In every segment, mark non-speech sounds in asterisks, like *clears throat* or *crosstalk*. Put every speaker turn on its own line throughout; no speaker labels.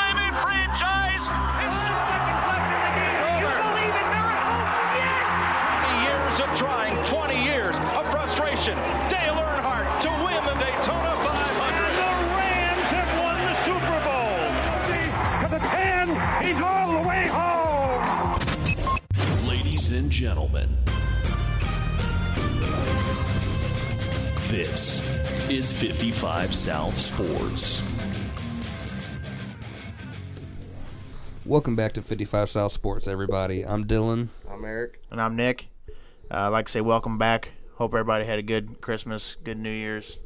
Oh,
years of trying, 20 years of frustration. Dale Earnhardt to win the Daytona 500.
The Rams have won the Super Bowl. To the 10, he's all the way home.
Ladies and gentlemen, this is 55 South Sports.
Welcome back to 55 South Sports, everybody. I'm Dylan. I'm Eric.
And I'm Nick. Uh, I'd like to say welcome back. Hope everybody had a good Christmas, good New Year's.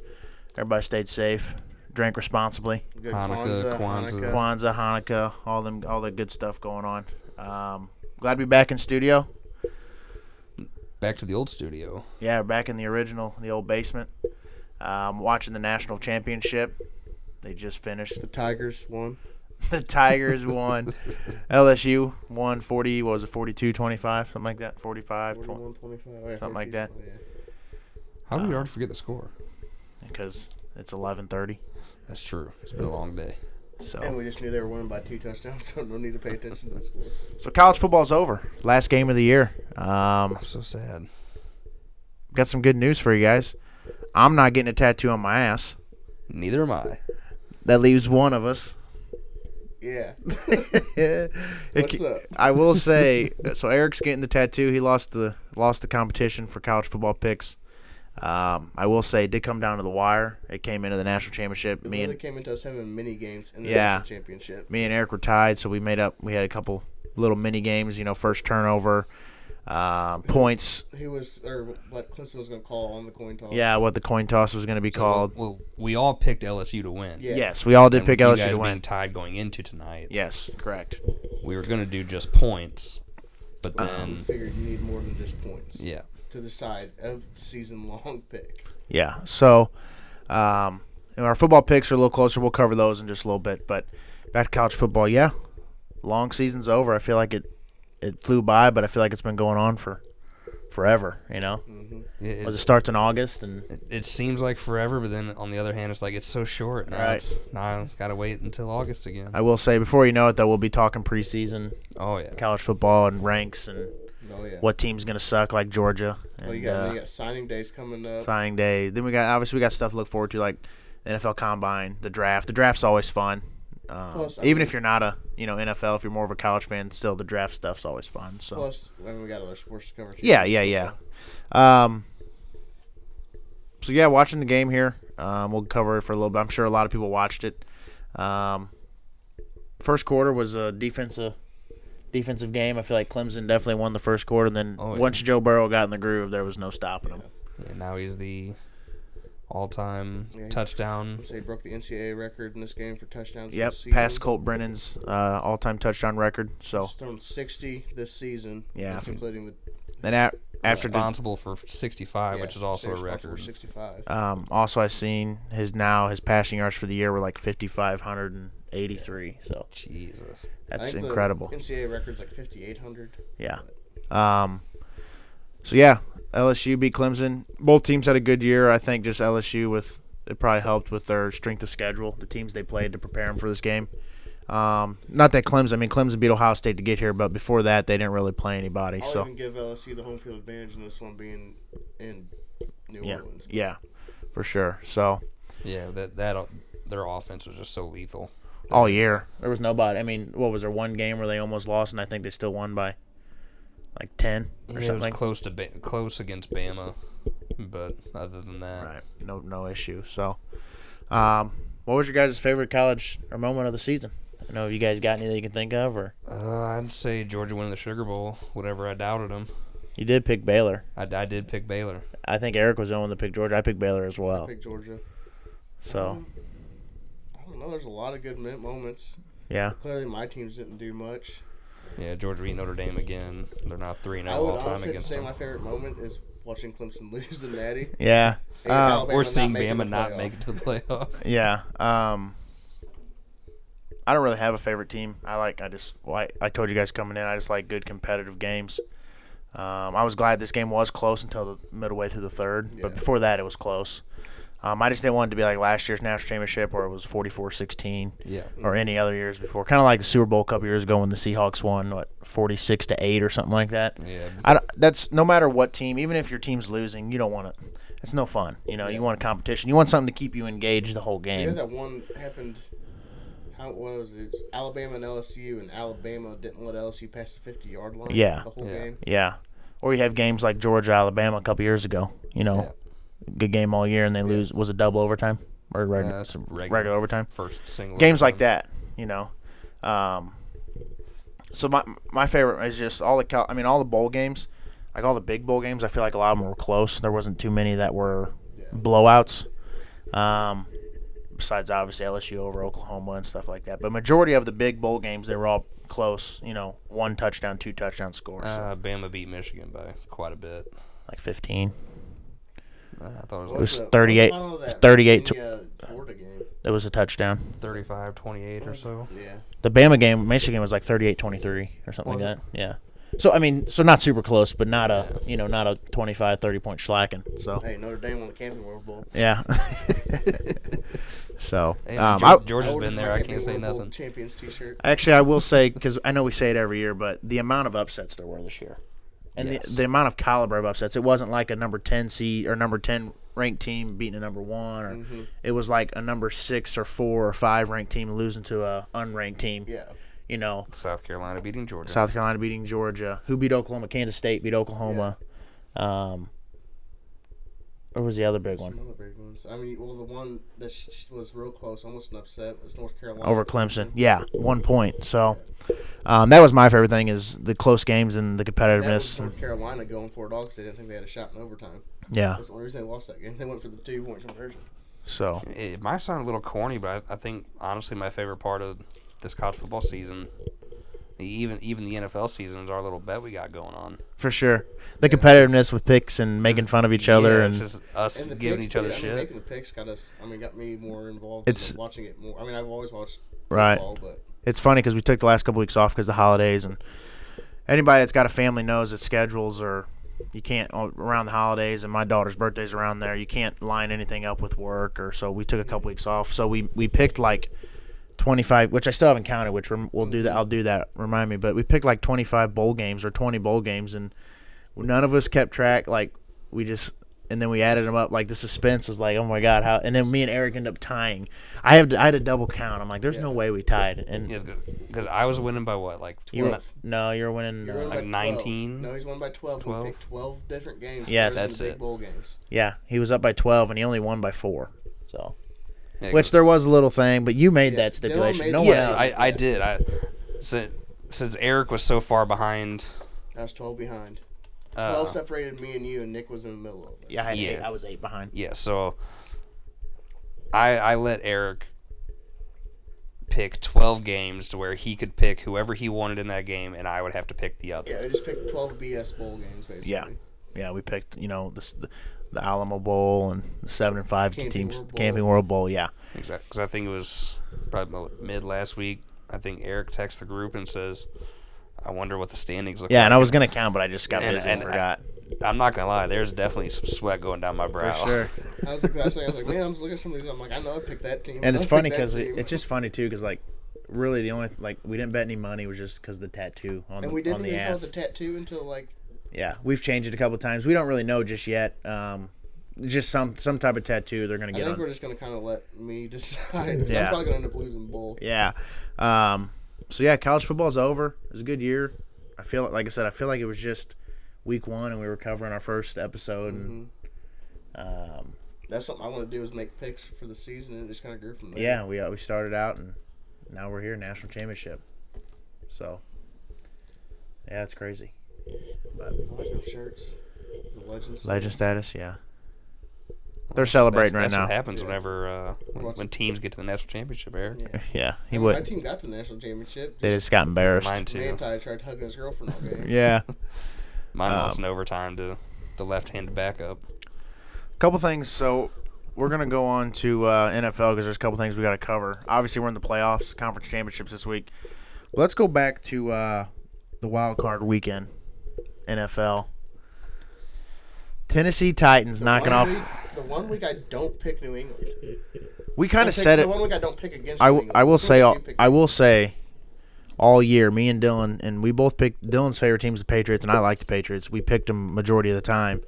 Everybody stayed safe, drank responsibly.
Good
Hanukkah, Kwanzaa.
Kwanzaa, Hanukkah, all them, all the good stuff going on. Um, glad to be back in studio.
Back to the old studio.
Yeah, back in the original, the old basement. Um, watching the national championship. They just finished. *laughs*
The Tigers won.
The Tigers won.
*laughs*
LSU won 40, what was it, 42 25, something like that? 45
41 25. I heard
like
you
that.
say-
How did we
Ah.
already forget the score?
because it's 11:30.
That's true. It's been a long day.
So
And we just knew they were winning by two touchdowns, *laughs* so no need to pay attention to the score.
So college football's over. Last game of the year. Um,
I'm so sad.
got some good news for you guys. I'm not getting a tattoo on my ass.
Neither am I.
That leaves one of us. *laughs*
Yeah. *laughs*
It
What's
ca-
up? *laughs*
I will say. uh, so Eric's getting the tattoo. He lost the lost the competition for college football picks. Um, I will say it did come down to the wire. It came into the national championship.
It
Me
literally
and
came into us having mini games in the
Yeah.
national championship.
me and Eric were tied, so we made up. We had a couple little mini games. You know, first turnover, um, points.
Who was, or what Clemson was going to call on the coin toss.
Yeah, what the coin toss was going to be called.
Well, we all picked LSU to win.
Yeah.
Yes, we all did
And
pick
with you
LSU
guys
to win.
being tied going into tonight.
Yes, correct.
We were going to do just points, but
Uh-huh.
then,
Figured you need more than just points.
yeah.
To decide a season long *laughs* pick.
Yeah. So, um, and our football picks are a little closer. We'll cover those in just a little bit. But back to college football. Yeah, long season's over. I feel like it it flew by, but I feel like it's been going on for forever. You know,
It,
Well, it
it,
starts in August, and
it seems like forever, but then on the other hand, it's like it's so short. Now
Right. Uh,
it's now I gotta wait until August again.
I will say before you know it, though, we'll be talking preseason
Oh yeah.
college football and ranks and
Oh, yeah.
what team's gonna suck, like Georgia. And,
Well, you got,
uh,
you got signing days coming up.
signing day. Then we got obviously we got stuff to look forward to like the NFL Combine, the draft. The draft's always fun. Um,
Plus, I
even
mean-
if you're not a you know NFL, if you're more of a college fan, still the draft stuff's always fun. So
Plus, I mean, we got other sports to cover. too.
yeah, yeah, yeah. Um, so yeah, watching the game here. Um, we'll cover it for a little bit. I'm sure a lot of people watched it. Um, first quarter was a defensive defensive game. I feel like Clemson definitely won the first quarter. And then
Oh, yeah.
once Joe Burrow got in the groove, there was no stopping him.
And now he's the all-time
Yeah.
touchdown.
So he broke the NCAA record in this game for touchdowns.
Yep,
this season.
past Colt Brennan's uh, all-time touchdown record. So
He's thrown 60 this season.
Yeah.
That's including the
then a- after the,
Responsible for 65,
yeah,
which is also a
responsible
record.
for 65.
um, also I seen his now his passing yards for the year were like fifty-five hundred and eighty-three. So
Jesus.
I
that's
think the
incredible.
NCAA record's like 5,800.
Yeah. Um. So yeah, LSU beat Clemson. Both teams had a good year. I think just LSU with it probably helped with their strength of schedule, the teams they played to prepare them for this game. Um, not that Clemson. I mean, Clemson beat Ohio State to get here, but before that, they didn't really play anybody.
I'll
so
even give LSU the home field advantage in this one being in New
yeah,
Orleans.
yeah, for sure. So
Yeah, that that uh, their offense was just so lethal.
all year. There was nobody. I mean, what was there one game where they almost lost, and I think they still won by like ten or
Yeah, it
something.
was
like-
close to ba- close against Bama, but other than that,
right. No, no issue. So, um, what was your guys' favorite college or moment of the season? I know you guys got any that you can think of, or
uh, I'd say Georgia winning the Sugar Bowl. Whatever I doubted them,
you did pick Baylor.
I, I did pick Baylor.
I think Eric was the one that picked Georgia. I picked Baylor as
I
well.
pick Georgia.
So,
I don't know. There's a lot of good min- moments.
yeah,
Clearly, my teams didn't do much.
Yeah, Georgia beat Notre Dame again. They're now three and
I
zero
would
all time
honestly have to
against
say
them.
my favorite moment is watching Clemson *laughs* lose in
*laughs*
Natty.
yeah,
and
um,
Alabama
Or
not
seeing
making the
Bama not
playoff.
make it to the playoff. *laughs*
yeah. Um, I don't really have a favorite team. I like. I just. well, I, I told you guys coming in. I just like good competitive games. Um, I was glad this game was close until the middle way through the third, but before that, it was close. Um, I just didn't want it to be like last year's national championship where it was 44-16
Yeah.
or any other years before. Kind of like the Super Bowl a couple years ago when the Seahawks won what 46 to 8 or something like that.
Yeah.
I don't- that's no matter what team, even if your team's losing, you don't want it. It's no fun. You know, you want a competition. You want something to keep you engaged the whole
Yeah,
game.
that one happened. How what was it? Alabama and LSU, and Alabama didn't let LSU pass the fifty yard line.
Yeah.
the whole
Yeah.
game.
Yeah. Or you have games like Georgia, Alabama a couple years ago. You know, good game all year, and they lose. Was it double overtime or
Uh,
regular,
that's
regular. overtime?
First single.
Games like
overtime.
that, you know. Um, so my my favorite is just all the Cal- I mean all the bowl games, like all the big bowl games. I feel like a lot of them were close. There wasn't too many that were blowouts. Um, besides obviously LSU over Oklahoma and stuff like that. But majority of the big bowl games, they were all close. You know, one touchdown, two touchdown scores,
Uh, Bama beat Michigan by quite a bit.
like fifteen.
Uh, I thought it was
What
like
was
the- what the
38
final of that
38 to-
Virginia, uh, Florida game.
It was a touchdown.
35, 28 or so.
Yeah,
The Bama game, Michigan was like 38-23 or something
Was
like
it?
that. Yeah. So I mean, so not super close, but not a you know not a 25, 30 point slacking. So
hey, Notre Dame won the Camping World Bowl.
*laughs*
yeah. so
Hey,
um,
George,
I,
Georgia's
ordered
been
my
there. I
Camping
can't say
World Bowl
nothing.
Champions T-shirt.
actually I will say because I know we say it every year, but the amount of upsets there were this year, and the, the amount of caliber of upsets, it wasn't like a number ten seed or number ten ranked team beating a number one, or
Mm-hmm.
it was like a number six or four or five ranked team losing to a unranked team.
Yeah,
You know,
South Carolina beating Georgia.
South Carolina beating Georgia. Who beat Oklahoma? Kansas State beat Oklahoma. Um, or was the other big
some
one
other big ones. I mean, well, the one that sh- sh- was real close, almost an upset, was North Carolina
over Clemson? Yeah, one point. So um, that was my favorite thing is the close games and the
That was
competitiveness.
North Carolina going for it all because they didn't think they had a shot in overtime.
Yeah.
That's the only reason they lost that game. They went for the two point conversion.
So
It might sound a little corny, but I, I think honestly my favorite part of this college football season, even even the NFL season, is our little bet we got going on.
for sure, the competitiveness with picks and making fun of each other
Yeah,
and
it's just us
And the
giving
picks,
each other
dude, I mean,
shit.
making the picks got us. I mean, got me more involved. It's
It's-
watching it more. I mean, I've always watched
Right.
football, but
it's funny because we took the last couple weeks off because the holidays and anybody that's got a family knows that schedules are you can't uh, around the holidays and my daughter's birthday's around there you can't line anything up with work or so we took a couple weeks off so we we picked like 25 which i still haven't counted which rem- we'll do that i'll do that remind me but we picked like 25 bowl games or 20 bowl games and none of us kept track like we just and then we added them up like the suspense was like oh my god how and then me and eric ended up tying i have i had a double count i'm like there's no way we tied and
Because I was winning by what, like
you were,
12?
no, you were winning.
He won
uh,
by 12.
19?
No, he's won by twelve.
Twelve?
We picked twelve different games.
Yes.
including
That's
the big
it.
Bowl games.
yeah, he was up by twelve, and he only won by four. So,
Yeah,
which there was a little thing, but you made that
Dylan
stipulation.
made
no
the-
one
Yes,
else.
I, I did. I since, since Eric was so far behind,
I was twelve behind.
Uh-huh.
twelve separated me and you, and Nick was in the middle of it.
yeah, I, had
yeah.
Eight, I was eight behind.
yeah. So I I let Eric pick twelve games to where he could pick whoever he wanted in that game, and I would have to pick the other.
Yeah, we just picked twelve BS bowl games basically.
Yeah, yeah, we picked you know the s- the Alamo Bowl and the seven and five
Camping
teams,
World Bowl.
Camping World Bowl. Yeah,
Because I think it was probably about mid last week. I think Eric texts the group and says, "I wonder what the standings look
yeah,
like."
and I was gonna count, but I just got
And-
busy and,
uh,
and I-
forgot.
I'm not gonna lie. There's definitely some sweat going down my brow. *laughs*
I was like, last night, I was like, man, I'm just looking at some of these. I'm like, I know I picked that team.
*laughs* and
I
it's
picked
funny
that
because
team.
it's just funny too because like really the only like we didn't bet any money was just because the tattoo on
And
the
we
on
didn't
the
even call it
ass.
the tattoo until like
Yeah, we've changed it a couple times. We don't really know just yet. Um, just some some type of tattoo they're gonna
I
get
think
on.
we're just gonna kind of let me *laughs* decide. 'cause I'm
Yeah.
probably gonna end up losing both.
Yeah. Um, so yeah, college football's over. It was a good year. I feel like I said, I feel like it was just week one, and we were covering our first episode, and
That's something I want to do is make picks for the season and just kind of grew from there.
yeah, we uh, we started out, and now we're here, national championship. So yeah, it's crazy.
I like them shirts. The legends.
Legend status, yeah. They're celebrating
that's, that's
right
what happens whenever uh, when,
Watch
when
it.
teams get to the national championship, Eric.
now. Yeah, he
My
would.
team got to the national championship.
They
Just
just got embarrassed.
Mine too.
man Ty tried hugging his girlfriend all game.
Yeah. Um,
Mine lost in overtime to the left-handed backup.
couple things. So we're gonna go on to uh, NFL because there's a couple things we got to cover. Obviously, we're in the playoffs, conference championships this week. Let's go back to uh, the wild card weekend, NFL. Tennessee Titans *laughs* knocking
One
off
week- the one week I don't pick New England.
We kind
I
of
pick-
said
the
it.
one week I don't pick against.
I,
New
w-
England.
I will
Who
say
do
all,
you pick?
I will say all year me and Dylan and we both picked Dylan's favorite team is the Patriots and I like the Patriots. We picked them majority of the time.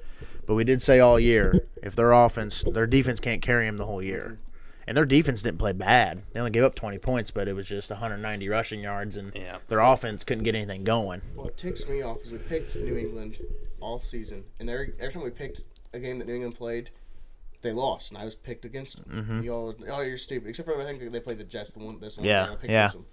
But we did say all year if their offense their defense can't carry them the whole year. And their defense didn't play bad. They only gave up 20 points, but it was just 190 rushing yards and
Yeah.
their offense couldn't get anything going.
What ticks me off is we picked New England all season, and every every time we picked a game that New England played, they lost, and I was picked against them.
Mm-hmm.
You all, oh, you're stupid. Except for I think they played the Jets the one this one.
Yeah,
I picked
yeah.
against them.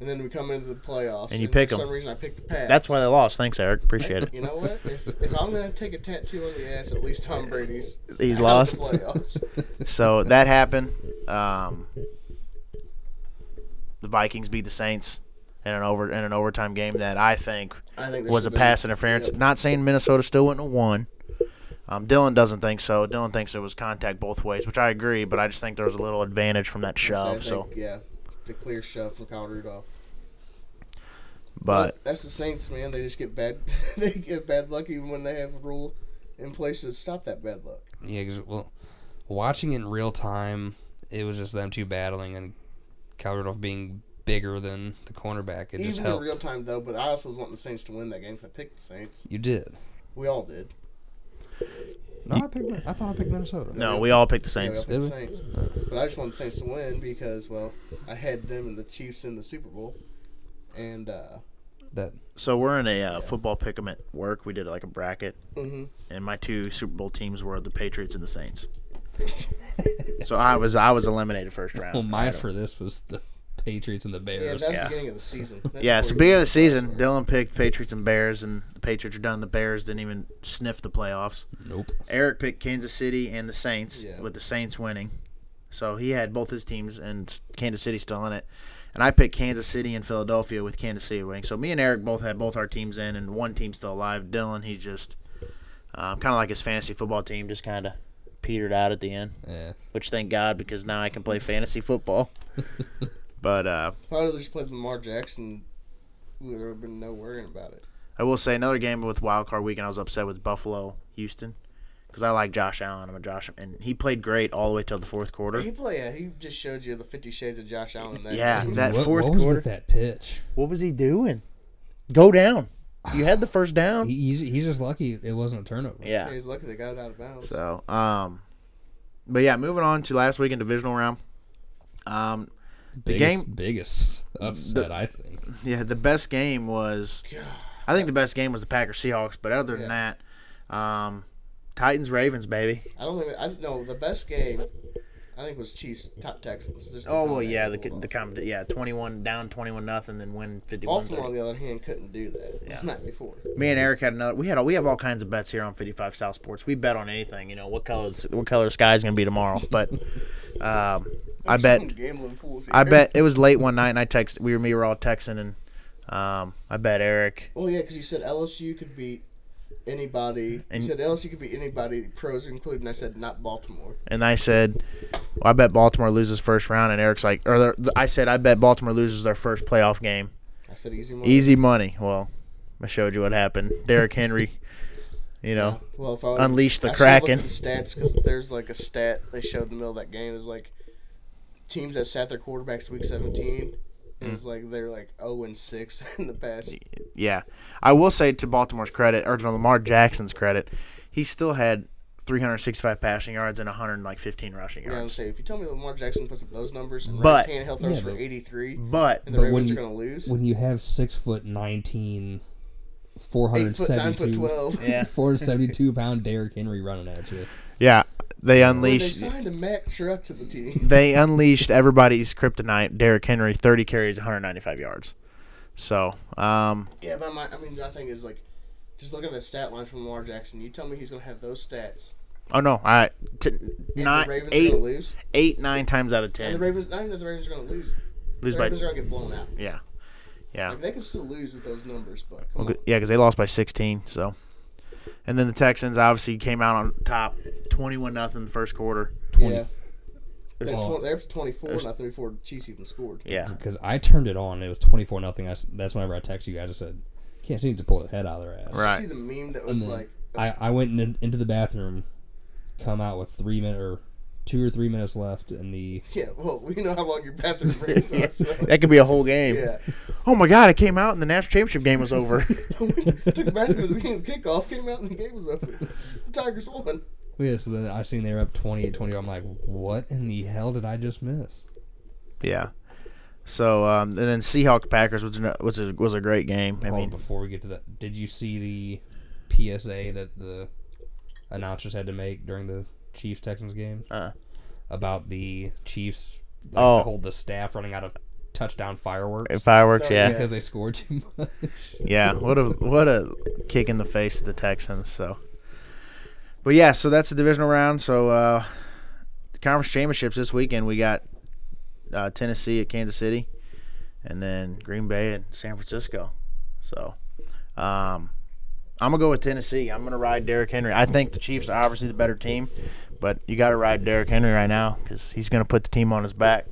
And then we come into the playoffs,
And you pick
for
'em.
some reason I picked the Pats.
That's why they lost. Thanks, Eric.
*laughs*
Appreciate it.
You know what? If, if I'm gonna take a tattoo on the ass, at least Tom Brady's.
He's
out of
lost.
the playoffs.
So that happened. Um, the Vikings beat the Saints in an over in an overtime game that I think,
I
*laughs*
think there
was a
should've been-
pass interference.
yeah.
Not saying Minnesota still wouldn't have won. Um, Dylan doesn't think so. Dylan thinks it was contact both ways, which I agree. But I just think there was a little advantage from that
So I
shove.
think,
So,
yeah, the clear shove from Kyle Rudolph.
but
that's the Saints, man. They just get bad. *laughs* they get bad luck even when they have a rule in place to stop that bad luck.
Yeah, 'cause, well, watching it in real time, it was just them two battling and Kyle Rudolph being bigger than the cornerback. It just
even in
helped.
real time though, but I also was wanting the Saints to win that game 'cause I picked the Saints.
you did.
We all did.
No, I picked. Min- I thought I picked Minnesota.
no, we all picked the
Yeah, we all
Saints.
picked the
we?
Saints. But I just wanted the Saints to win because, well, I had them and the Chiefs in the Super Bowl, and uh,
That
So we're in a uh, football pick'em at work. We did like a bracket, and my two Super Bowl teams were the Patriots and the Saints. so I was I was eliminated first round.
Well,
I
mine
had
for this was the Patriots and the
yeah,
Bears.
that's
yeah.
the beginning of the
*laughs*
season. That's
Yeah,
where
so
we-
beginning of the season, Dylan picked Patriots and Bears, and the Patriots are done. The Bears didn't even sniff the playoffs.
nope.
Eric picked Kansas City and the Saints,
Yeah.
with the Saints winning. So he had both his teams and Kansas City still in it. And I picked Kansas City and Philadelphia with Kansas City winning. So me and Eric both had both our teams in, and one team still alive. Dylan, he's just um, kind of like his fantasy football team, just kind of petered out at the end.
Yeah.
Which thank God because now I can play
*laughs*
fantasy football. but uh,
If I'd have just played Lamar Jackson, we would have been no worrying about it.
I will say another game with wild card weekend. I was upset with Buffalo, Houston, because I like Josh Allen. I'm a Josh, and he played great all the way till the fourth quarter.
He play, yeah, he just showed you the Fifty Shades of Josh Allen. There.
Yeah, that
what,
fourth
what was
quarter.
with that pitch?
What was he doing? Go down. You had the first down.
*sighs* He, he's, he's just lucky it wasn't a turnover.
Yeah.
He's lucky they got it out of bounds.
So, um, but yeah, moving on to last week in divisional round. Um, the
biggest,
game,
biggest upset, I think.
yeah, the best game was. I think the best game was the Packers Seahawks, but other than that, um, Titans Ravens baby.
I don't think I no the best game. I think was Chiefs top Texans. Just the
Oh well,
comeback
yeah,
they
the
pulled
the
off.
com- yeah, twenty one down, twenty one nothing, then win fifty one.
Baltimore on the other hand couldn't do that *laughs* the night before.
Me and Eric had another. We had we have all kinds of bets here on fifty five South Sports. We bet on anything. You know what colors what color the sky is going to be tomorrow. But um, I
Some
bet
gambling fools. Here.
I bet it was late one night, and I text we were me were all texting, and um, I bet Eric.
Well, yeah, because you said LSU could beat anybody.
And-
you said LSU could beat anybody, pros included. And I said not Baltimore.
and I said, well, I bet Baltimore loses first round. And Eric's like, or the- I said, I bet Baltimore loses their first playoff game.
I said easy money.
Easy money. Well, I showed you what happened. Derrick Henry, you know,
Well, if I would've-
Unleash the
I should've looked
Kraken.
at The stats because there's like a stat they showed in the middle of that game is like teams that sat their quarterbacks week 17 is like they're like 0 and 6 *laughs* in the past.
Mm. yeah. I will say to Baltimore's credit, or to Lamar Jackson's credit, he still had 365 passing yards and 115 rushing
Yeah, I'm
yards.
saying if you tell me Lamar Jackson puts up those numbers and
But-
Ryan Tannehill throws
Yeah,
for
but-
83
But
and the
but when
Ravens are
you-
going to lose,
When you have six foot nineteen, four
8
hundred
foot 9 foot
seventy-two, *laughs*
12.
Yeah.
four hundred seventy-two pound Derrick Henry running at you.
yeah,
When
they
they
unleashed.
signed a Mack truck to the team. *laughs*
they unleashed everybody's kryptonite. Derrick Henry, 30 carries, 195 yards. So, um,
Yeah, but my, I mean, my thing is like, just look at the stat line from Lamar Jackson. You tell me he's going to have those stats.
oh no, I t-
And
nine,
the Ravens are
eight,
going to lose.
eight, nine times out of
And the
ten
Ravens, not even that the Ravens are going to lose.
lose
the
by
Ravens are going to get blown out.
yeah, yeah,
Like, they can still lose with those numbers, but come
Well,
on.
g- yeah, because they lost by sixteen. So, and then the Texans obviously came out on top, twenty-one nothing first quarter.
Yeah. They're,
Well,
tw- they're up to 24 nothing before the Chiefs even scored.
Yeah,
Because I turned it on, it was twenty-four nothing. I s- That's whenever I texted you guys. I said, "Can't seem to pull the head out of their ass."
Right.
See the meme that was like,
I, I went in, into the bathroom, come out with three minute or two or three minutes left in the
Yeah, well, *laughs* we know how long your bathroom
*laughs*
breaks *laughs* are, so.
That could be a whole game.
Yeah.
Oh my god, I came out and the national championship game was over.
*laughs* Took a bathroom at the beginning of the kickoff, came out, and the game was over. The Tigers won.
oh, yeah. So then I seen they were up 28 20 I'm like, what in the hell did I just miss?
yeah. So um, and then Seahawk Packers was an- was a, was a great game. I
Hold on,
mean,
Oh, before we get to that, did you see the PSA that the announcers had to make during the Chiefs Texans game
Uh.
about the Chiefs? Like,
Oh.
to hold the staff running out of touchdown fireworks
fireworks.
Oh,
yeah.
yeah.
because they scored too much.
yeah, what a what a kick in the face to the Texans. So, but yeah, so that's the divisional round. So, uh, conference championships this weekend we got uh, Tennessee at Kansas City, and then Green Bay at San Francisco. So, um, I'm gonna go with Tennessee. I'm gonna ride Derrick Henry. I think the Chiefs are obviously the better team, but you got to ride Derrick Henry right now because he's gonna put the team on his back.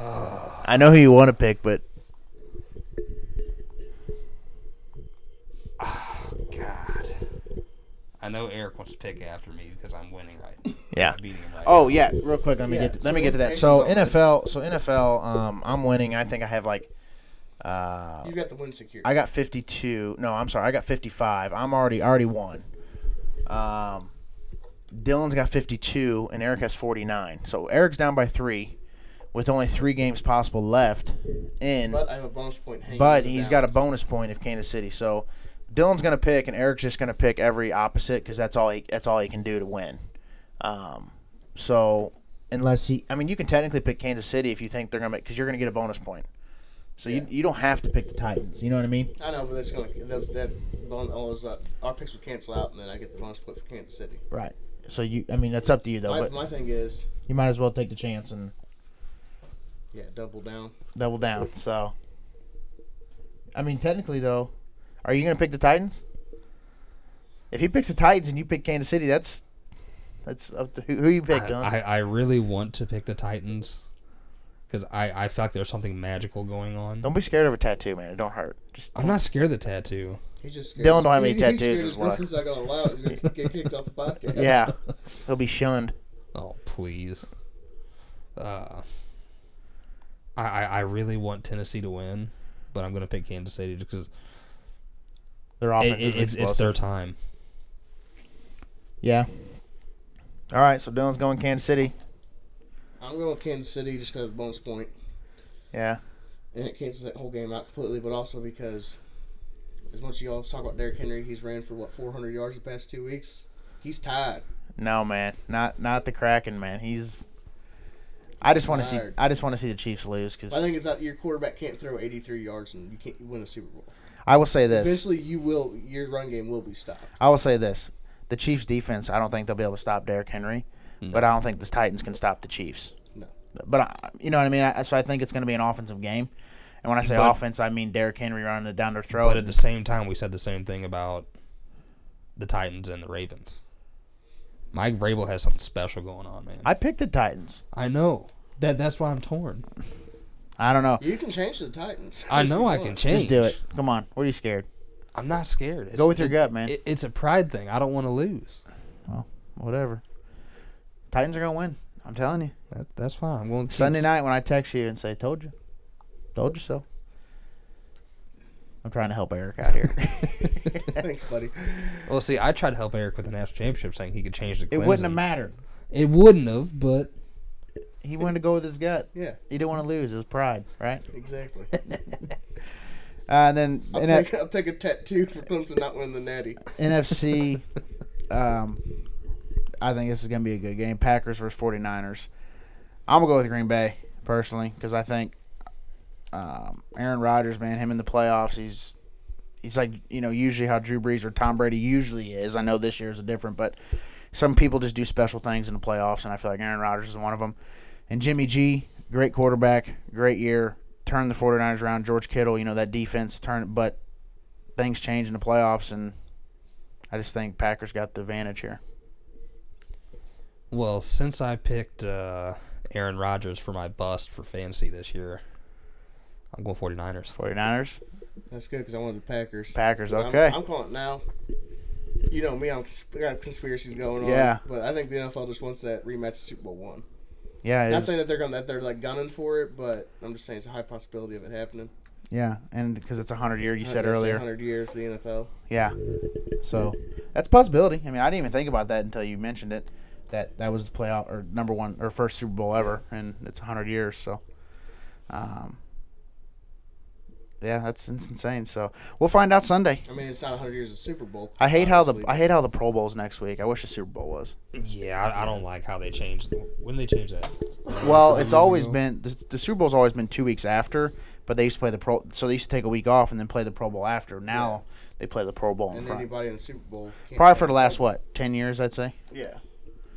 I know who you want to pick, but
God. I know Eric wants to pick after me because I'm winning right now.
Yeah.
I'm beating him right
Oh yeah, real quick. Let me
Yeah,
get to,
so
let me get to that.
information's
So
on this.
NFL, so NFL. Um, I'm winning. I think I have like
You got the win secured.
Oh. I got 52. No, I'm sorry. I got 55. I'm already I already won. Um, Dylan's got 52 and Eric has 49. So Eric's down by three, with only three games possible left. In
but I have a bonus point hanging.
but
he's
he's got a bonus point if Kansas City. So Dylan's gonna pick, and Eric's just gonna pick every opposite because that's all he that's all he can do to win. Um, so unless he, I mean, you can technically pick Kansas City if you think they're gonna make because you're gonna get a bonus point. So you, you don't have to pick the Titans. You know what I mean?
I know, but that's gonna those that bon- all those uh, our picks will cancel out, and then I get the bonus point for Kansas City.
Right. So you, I mean, that's up to you though.
My,
Oh, But
my thing is,
you might as well take the chance and
yeah, double down.
double down. So, I mean, technically though, are you gonna pick the Titans? If he picks the Titans and you pick Kansas City, that's that's up to who, who you pick, Dylan.
I, I really want to pick the Titans because I, I feel like there's something magical going on.
Don't be scared of a tattoo, man. It don't hurt.
*laughs*
Just
I'm not scared of the tattoo.
He's just scared.
Dylan don't have
He- *laughs*
any
he's
tattoos,
scared
is
he's-
what I-
He's not gonna allow it. He's
*laughs*
gonna get kicked off the podcast.
yeah, he'll be shunned.
Oh, please. Uh, I, I, I really want Tennessee to win, but I'm going to pick Kansas City because
Their
it,
offense
it,
is
it's, it's their time.
yeah. All right, so Dylan's going Kansas City.
I'm going with Kansas City just because of the bonus point,
Yeah,
and it cancels that whole game out completely. But also because, as much as y'all talk about Derrick Henry, he's ran for what 400 yards the past two weeks. He's tied.
no, man, not not the Kraken, man. He's. I just want to see.
tired.
I just want to see the Chiefs lose because
I think it's not your quarterback can't throw 83 yards and you can't win a Super Bowl.
I will say this.
Eventually, you will. Your run game will be stopped.
I will say this. The Chiefs defense, I don't think they'll be able to stop Derrick Henry,
Hmm.
but I don't think the Titans can stop the Chiefs.
No.
But I, you know what I mean. I, so I think it's going to be an offensive game, and when I say
But-
offense, I mean Derrick Henry running it down their throat.
But at the same time, we said the same thing about the Titans and the Ravens. Mike Vrabel has something special going on, man.
I picked the Titans.
I know. That, that's why I'm torn.
I don't know.
You can change the Titans.
I
If
know
you
I
*laughs* want.
can change.
Just do it. Come on. What are you scared?
I'm not scared. It's,
with your
it-
gut, man.
It, it's a pride thing. I don't want to lose.
Whatever. Titans are gonna win. I'm telling you.
That, that's fine. I'm going with the
Sunday
Chiefs.
night when I text you and say, "Told you, told you so." I'm trying to help Eric
*laughs*
out here.
Thanks, buddy.
Well, see, I tried to help Eric with the national championship, saying he could change the.
it wouldn't have mattered.
It wouldn't have, but
He wanted to go with his gut.
Yeah,
He didn't want to lose. It was pride, right?
*laughs*
exactly.
Uh, and then
I'll,
and
take, I'll take a tattoo for Clemson not winning the Natty.
NFC. Um, I think this is going to be a good game. Packers versus 49ers. I'm going to go with Green Bay, personally, because I think um, Aaron Rodgers, man, him in the playoffs, he's. He's like, you know, usually how Drew Brees or Tom Brady usually is. I know this year's a different, but some people just do special things in the playoffs, and I feel like Aaron Rodgers is one of them. And Jimmy G, great quarterback, great year, turned the 49ers around. George Kittle, you know, that defense turned, but things change in the playoffs, and I just think Packers got the advantage here.
well, since I picked uh, Aaron Rodgers for my bust for fantasy this year, I'm going 49ers.
49ers.
That's good because I wanted the Packers.
Packers,
'Cause I'm-
okay.
I'm, calling it now. You you know me, I'm consp- I got conspiracies going on.
Yeah.
But I think the NFL just wants that rematch of Super Bowl one.
Yeah, it
Not
is.
saying that they're gonna that they're like gunning for it, but I'm just saying it's a high possibility of it happening.
yeah, and because it's a hundred year, you said
Uh, That's like
earlier.
100 years the NFL.
Yeah. So that's a possibility. I mean, I didn't even think about that until you mentioned it. That that was the playoff or number one or first Super Bowl ever, and it's hundred years. So, um, yeah, that's it's insane. So we'll find out Sunday.
I mean, it's not 100 years of Super Bowl.
I hate how the
obviously,
I hate how the Pro Bowl's next week. I wish the Super Bowl was.
Yeah, I, I don't like how they changed. The, when did they change that?
Well, it's always been the, the Super Bowl's always been two weeks after, but they used to play the Pro. So they used to take a week off and then play the Pro Bowl after. Now they play the Pro Bowl in
and
front.
anybody in the Super Bowl. can't
Probably
play.
for the last what ten years, I'd say.
Yeah.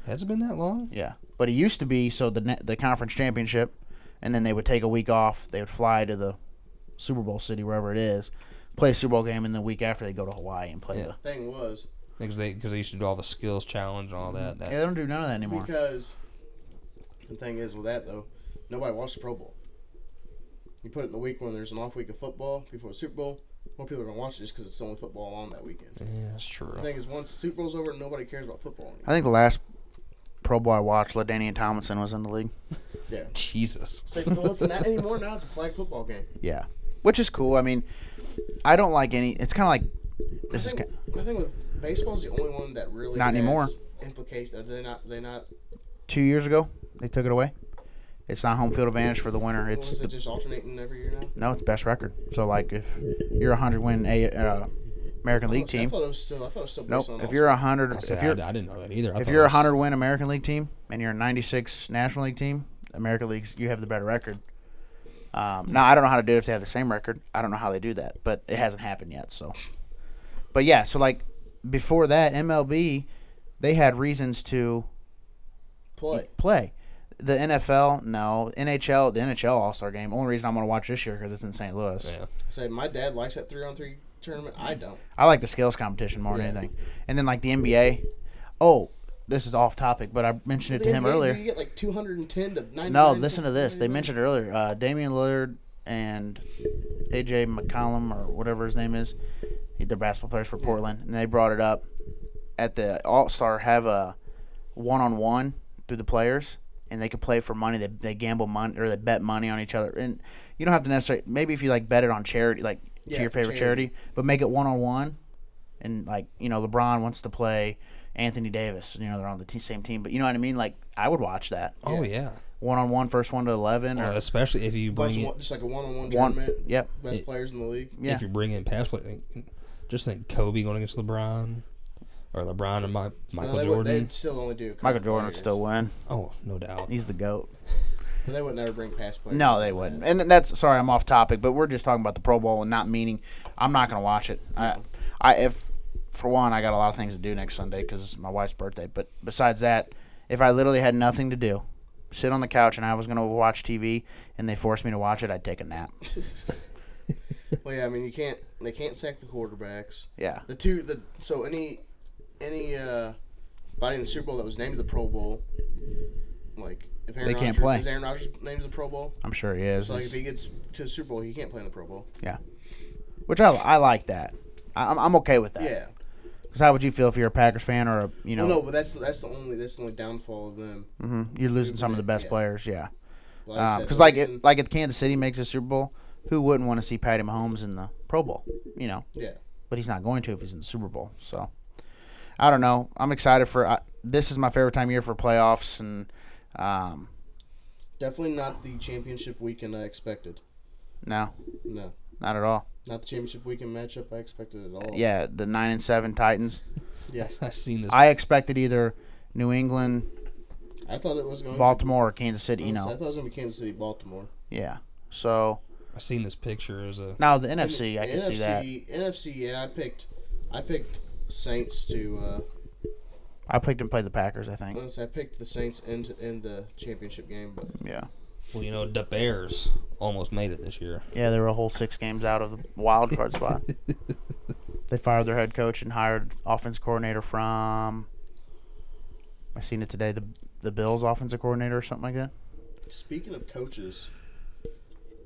Has it been that long?
Yeah, but it used to be so the ne- the conference championship, and then they would take a week off. They would fly to the Super Bowl city, wherever it is, play a Super Bowl game, and the week after they go to Hawaii and play the.
Thing was
Because they because they used to do all the skills challenge and all that. that
Yeah, they don't do none of that anymore.
because the thing is with that though, nobody watched the Pro Bowl. You put it in the week when there's an off week of football before the Super Bowl. More people are gonna watch it just because it's the only football on that weekend.
yeah, that's true.
The thing is, once Super Bowl's over, nobody cares about football anymore.
I think the last Pro Bowl I watched, Ladainian Tomlinson was in the league.
Yeah.
Jesus.
Say, well, it's not anymore. Now it's a flag football game.
Yeah, which is cool. I mean, I don't like any. It's kind of like this
I
is
think,
ki-
I think with baseball's the only one that really
Not
has
anymore.
Implication? Are they not? They not?
two years ago they took it away. It's not home field advantage for the winner. It's
Was it
the,
just alternating every year now?
no, it's best record. So like if you're a hundred win a uh, American League
I
team,
thought it was still. I thought it was still
Nope.
based on.
If you're a hundred,
See,
if you're
I, I didn't know that either. I
if
thought
you're
it
a
was-
hundred win American League team and you're a ninety six National League team, American Leagues you have the better record. Um, now I don't know how to do it if they have the same record. I don't know how they do that, but it hasn't happened yet. So, but yeah, so like before that, MLB they had reasons to
play.
play. The NFL, no. NHL, the NHL All Star Game. Only reason I'm going to watch this year because it's in St. Louis.
Yeah.
Say my dad likes that three on three tournament. I don't.
I like the skills competition more than
Yeah.
anything. And then like the NBA. Oh, this is off topic, but I mentioned it to him
NBA,
earlier.
You get like two hundred and ten to ninety.
No, listen to this. They mentioned it earlier. Uh, Damian Lillard and AJ McCollum or whatever his name is, they're basketball players for Portland, and they brought it up at the All Star have a one on one through the players, and they could play for money. They they gamble money or they bet money on each other, and you don't have to necessarily. Maybe if you like bet it on charity, like to
Yeah,
your favorite charity.
charity.
but make it one on one, and like you know LeBron wants to play. Anthony Davis, you know they're on the t- same team, but you know what I mean. Like I would watch that
Oh yeah.
one on one, first one to eleven,
Oh,
Uh,
or
especially if you
bunch
bring in,
of one, just like a one on one
One-
tournament.
yep.
Best
It-
players in the league.
yeah.
if you bring in pass play, just think Kobe going against LeBron, or LeBron and my, Michael
No, they would.
Jordan.
They'd still only do. a couple
Michael Jordan would
players.
still win.
oh, no doubt.
He's the goat.
But they would never bring past players.
No, they wouldn't. And that's sorry, I'm off topic, but we're just talking about the Pro Bowl and not meaning I'm not gonna watch it. I, I if for one, I got a lot of things to do next Sunday because it's my wife's birthday. But besides that, if I literally had nothing to do, sit on the couch and I was gonna watch TV and they forced me to watch it, I'd take a nap.
Well, yeah, I mean, you can't. They can't sack the quarterbacks.
Yeah.
The two. The so any, any uh, body in the Super Bowl that was named to the Pro Bowl, like if Aaron
They can't
Rodgers,
play.
Is Aaron Rodgers named to the Pro Bowl?
I'm sure he is.
So like, if he gets to the Super Bowl, he can't play in the Pro Bowl.
yeah. Which I, I like that. I, I'm, I'm okay with that.
Yeah.
Because how would you feel if you're a Packers fan or a you know
Well, no, but that's that's the only that's the only downfall of them.
you're losing some of the best
Yeah.
players? Yeah.
Like I said,
because
the
Ah, Uh, like
reason-
it, like if Kansas City makes a Super Bowl, who wouldn't want to see Patty Mahomes in the Pro Bowl? You know,
yeah.
but he's not going to if he's in the Super Bowl. So I don't know. I'm excited for I, this is my favorite time of year for playoffs and um,
Definitely not the championship weekend I expected.
no,
No,
not at all.
not the championship weekend matchup I expected at all.
Yeah, the nine and seven Titans.
*laughs*
Yes.
I've seen this.
I expected either New England,
I thought it was going.
Baltimore, or Kansas City.
To,
You
I
know,
thought it was going to be Kansas City, Baltimore.
yeah. So
I've seen this picture as a.
now the NFC, I
The
can see that.
NFC, NFC, yeah, I picked, I picked Saints to. Uh,
I picked him to play the Packers. I think.
honestly, I picked the Saints in in the championship game, but
Yeah.
Well, you know, the Bears almost made it this year.
Yeah, they were a whole six games out of the wild card spot. they fired their head coach and hired offense coordinator from. I seen it today. The the Bills offensive coordinator or something like that.
speaking of coaches,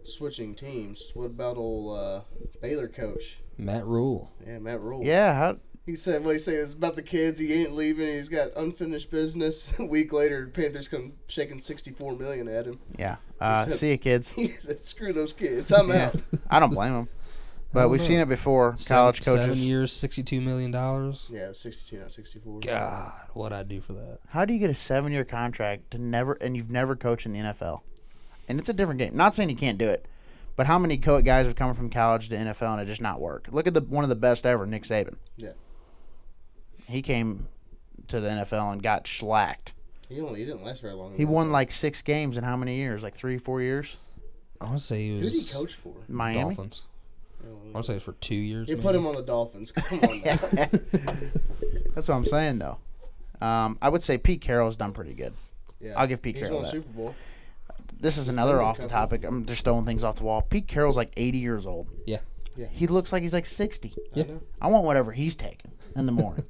switching teams. What about old uh, Baylor coach?
Matt Rule.
Yeah, Matt Rule.
Yeah, how
He said what he said was about the kids. He ain't leaving. He's got unfinished business. *laughs* A week later, Panthers come shaking sixty four million at him. *laughs*
Yeah. Uh,
Except-
see you, kids.
He said, "Screw those kids. I'm
*laughs* Yeah.
out."
I don't blame them. But we've seen it before. College
seven,
coaches.
Seven years, sixty-two million dollars.
Yeah, sixty two, not sixty four.
God, what I do for that?
How do you get a seven-year contract to never and you've never coached in the NFL? And it's a different game. Not saying you can't do it, but how many co- guys have come from college to NFL and it just not work? Look at the one of the best ever, Nick Saban.
Yeah,
He came to the NFL and got slacked.
he only he didn't last very long.
He won like six games in how many years? Like three, four years.
I want to say he
Who did he
was
coach for?
Miami.
Dolphins. I want to say it's for two years.
They
maybe.
put him on the Dolphins. Come on,
*laughs*
now.
That's what I'm saying though. Um, I would say Pete Carroll's done pretty good.
yeah.
I'll give Pete
He's
Carroll
won a
that.
Super Bowl.
This is another
been a
off the
couple.
topic. I'm just throwing things off the wall. Pete Carroll's like 80 years old.
Yeah.
He looks like he's like 60.
I know.
I want whatever he's taking in
*laughs*
the morning,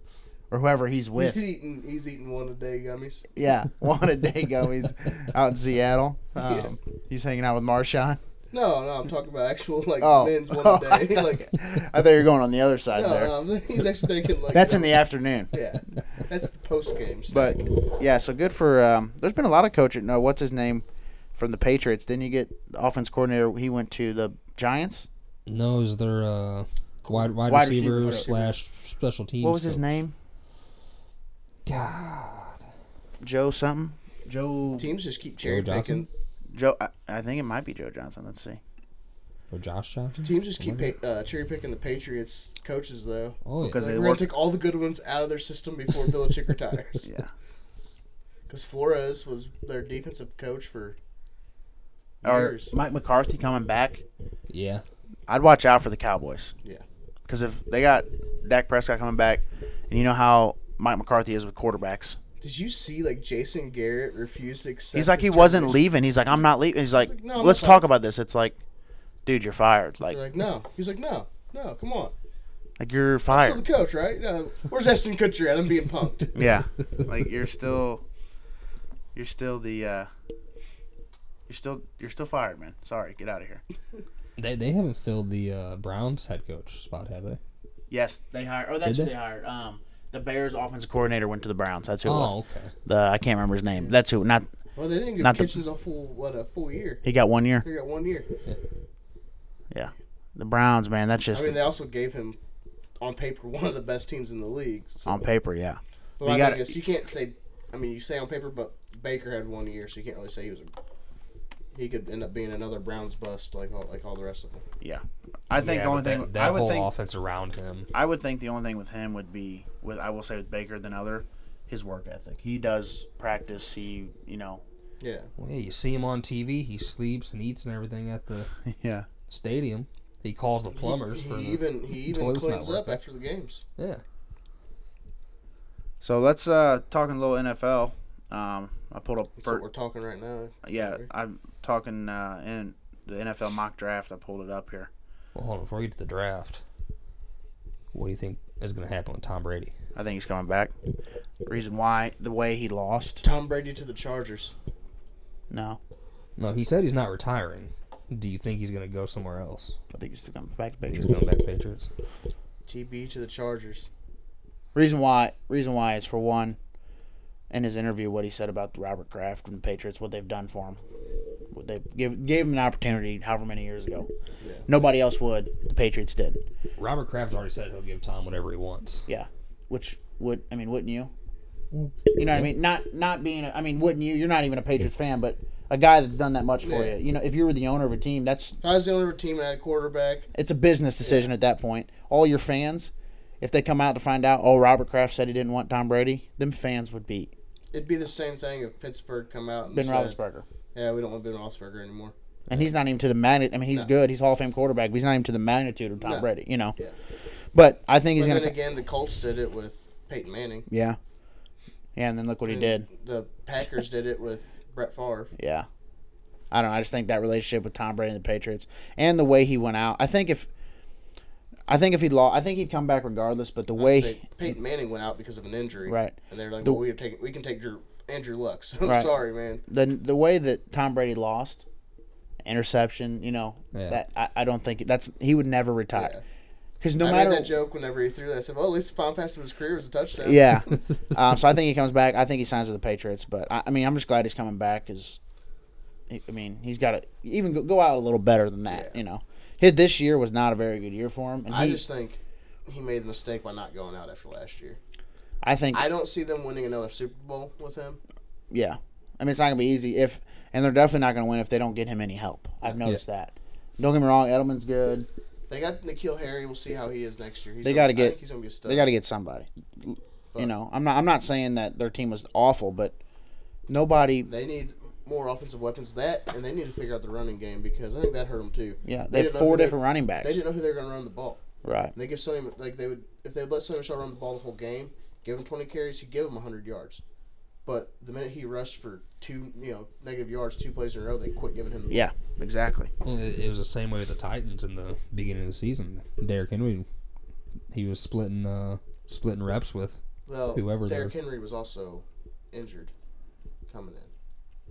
or whoever he's with.
He's *laughs* eating. He's eating one a day gummies.
Yeah, one a day ago he's out in Seattle. Um, He's hanging out with Marshawn.
No, no, I'm talking about actual *laughs* like
Oh.
men's one
*laughs*
a day. *laughs* like
I thought you were going on the other side there.
no, no, he's actually taking like
That's in the afternoon.
yeah. That's the post game.
But yeah, so good for. Um, there's been a lot of coaching. No, what's his name from the Patriots? Didn't he get the offense coordinator? He went to the Giants.
No, is their uh, wide, wide,
Wide
receiver,
receiver.
slash special teams.
What was his
coach.
name? God, Joe something. Joe.
teams just keep cherry
Joe Johnson?
picking.
Joe. I, I think it might be Joe Johnson. Let's see.
Or Josh Johnson?
Teams just keep pa- uh, cherry picking the Patriots coaches though.
Oh, yeah.
Because
Like,
they
we're gonna
work.
take all the good ones out of their system before
*laughs*
Belichick retires.
yeah.
Because Flores was their defensive coach for
Or
years.
Mike McCarthy coming back.
yeah.
I'd watch out for the Cowboys.
yeah,
Because if they got Dak Prescott coming back, and you know how Mike McCarthy is with quarterbacks,
did you see like Jason Garrett refused to accept?
he's like he
his
wasn't
termination?
leaving. He's like I'm not leaving. He's like,
like, "No, I'm
let's
not
talk
fired."
about this. It's like, dude, you're fired. Like,
They're like no. He's like no, no. Come on.
like you're
Still the
fired.
coach, right? No. Where's Eston Kutcher at? I'm being
*laughs*
punked.
Yeah, like you're still, you're still the, uh, you're still you're still fired, man. Sorry, get out of here.
They, they haven't filled the uh, Browns head coach spot, have they?
Yes, they hired. Oh, that's
Did
who
they?
they hired. Um, the Bears offensive coordinator went to the Browns. That's who. it
Oh,
was.
okay.
The I can't remember his name. That's who. Not
Well, they didn't give
Not the-
Kitchens a full what a full year.
he got one year.
They got one year.
Yeah, the Browns, man. That's
I
just
mean, they also gave him on paper *laughs* one of the best teams in the league. So.
on paper. Yeah.
but
you
my
gotta-
thing is, you can't say. I mean, you say on paper, but Baker had one year, so you can't really say he was. a He could end up being another Browns bust, like all, like all the rest of them.
Yeah, I think
Yeah,
the only
but that,
thing
that
I would
whole
think
offense around him.
I would think the only thing with him would be with I will say with Baker than other his work ethic. He does practice. He you know
Yeah,
Well, yeah, you see him on TV. He sleeps and eats and everything at the
*laughs* yeah
stadium. He calls the plumbers.
he
for the-
even he even
toilet's not
cleans up
working.
after the games.
Yeah.
So let's uh talking a little NFL. Um, I pulled up
That's
Bert.
what we're talking right now.
yeah, I'm talking uh, in the NFL mock draft. I pulled it up here.
Well, hold on. Before we get to the draft, what do you think is going to happen with Tom Brady?
I think he's coming back. Reason why the way he lost.
Tom Brady to the Chargers.
No,
No, he said he's not retiring. Do you think he's going to go somewhere else?
I think he's still coming back.
He's
Baker.
going back to Patriots.
TB to the Chargers.
Reason why. Reason why is for one, in his interview, what he said about Robert Kraft and the Patriots, what they've done for him. What they gave gave him an opportunity, however many years ago. Nobody else would. The Patriots did.
Robert Kraft already said he'll give Tom whatever he wants.
Yeah, which would I mean? Wouldn't you?
Mm.
You know what I mean? Not not being. A, I mean, wouldn't you? You're not even a Patriots fan, but a guy that's done that much for
Yeah.
you. You know, if you were the owner of a team, that's
I was the owner of a team and I had a quarterback.
it's a business decision at that point. All your fans, if they come out to find out, oh, Robert Kraft said he didn't want Tom Brady, them fans would be
It'd be the same thing if Pittsburgh come out and
Ben
said,
Roethlisberger.
Yeah, we don't want Ben Roethlisberger anymore.
And he's not even to the magnitude. I mean, he's good. He's Hall of Fame quarterback, but he's not even to the magnitude of Tom
No.
Brady. You know.
Yeah.
But I think he's
But
gonna.
then again, the Colts did it with Peyton Manning.
yeah. Yeah, and then look what he did.
The Packers did it with Brett Favre.
Yeah. I don't know. I just think that relationship with Tom Brady and the Patriots and the way he went out. I think if I think if he'd lost, I think he'd come back regardless, but the way
Say, Peyton Manning went out because of an injury.
Right.
And they're like,
The-
well, we're taking, we can take Drew, Andrew Luck. *laughs* So I'm
Right.
sorry, man.
the the way that Tom Brady lost interception, you know,
Yeah.
that I, I don't think that's he would never retire.
Yeah.
Because no
I
matter
made that joke whenever he threw that. I said, well, at least the final pass of his career was a touchdown. *laughs*
Yeah. um, so I think he comes back. I think he signs with the Patriots. But I, I mean, I'm just glad he's coming back because, I mean, he's got to even go, go out a little better than that. You know, his, this year was not a very good year for him, and he,
I just think he made the mistake by not going out after last year.
I think,
I don't see them winning another Super Bowl with him.
yeah, I mean, it's not gonna be easy if, and they're definitely not gonna win if they don't get him any help. I've noticed that. Don't get me wrong, Edelman's good.
They got Nikhil Harry. We'll see how he is next year. He's
They
gonna-
gotta
I
get-
think he's gonna be a stud.
They got to get somebody. You know, I'm not. I'm not saying that their team was awful, but nobody.
They need more offensive weapons. That and they need to figure out the running game because I think that hurt them too.
Yeah, they have
didn't know
four
who they-
different running backs.
They didn't know who they were gonna run the ball.
Right.
And they give Sonny like they would if they would let Sonny Michelle run the ball the whole game, give him twenty carries, he'd give him hundred yards. But the minute he rushed for two, you know, negative yards, two plays in a row, they quit giving him. the ball.
Yeah. Exactly.
Well, it, it was the same way with the Titans in the beginning of the season. Derrick Henry, he was splitting uh, splitting reps with.
Well,
Whoever
Derrick
they're-
Henry was also injured coming in.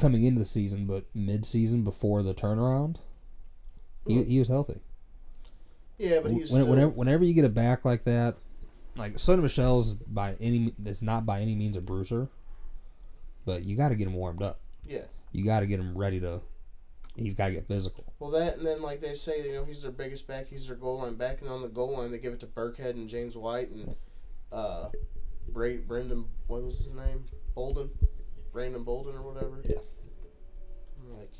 coming into the season, but mid-season before the turnaround, he, he was healthy.
Yeah, but he was
When,
still,
whenever, whenever you get a back like that, like Sonny Michelle's by any is not by any means a bruiser, but you got to get him warmed up.
yeah.
You got to get him ready to. He's got to get physical.
Well, that and then like they say, you know, he's their biggest back, he's their goal line back, and on the goal line they give it to Burkhead and James White and uh, Bra- Brendan. What was his name? Bolden, Brandon Bolden or whatever.
Yeah.
I'm like,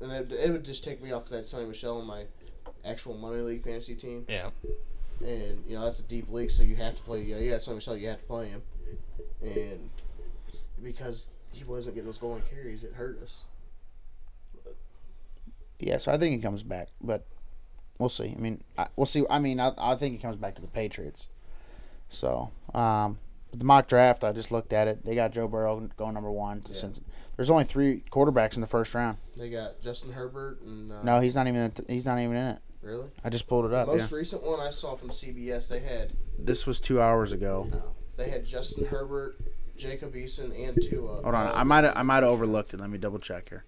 and it, it would just take me off because I had Sonny Michelle on my actual money league fantasy team,
Yeah.
and you know that's a deep league, so you have to play. You know, you got Sonny Michelle, you have to play him, and because he wasn't getting those goal line carries, it hurt us.
Yeah, so I think he comes back, but we'll see. I mean, I, we'll see. I mean, I, I think he comes back to the Patriots. So, um, but the mock draft, I just looked at it. They got Joe Burrow going number one. To Cinc- there's only three quarterbacks in the first round.
They got Justin Herbert and uh,
No, he's not even. He's not even in it.
really.
I just pulled it up. yeah.
Most recent one I saw from CBS, they had
This was two hours ago.
they had Justin Herbert, Jacob Eason, and Tua. Um,
Hold on, I might I might have overlooked it. Let me double check here.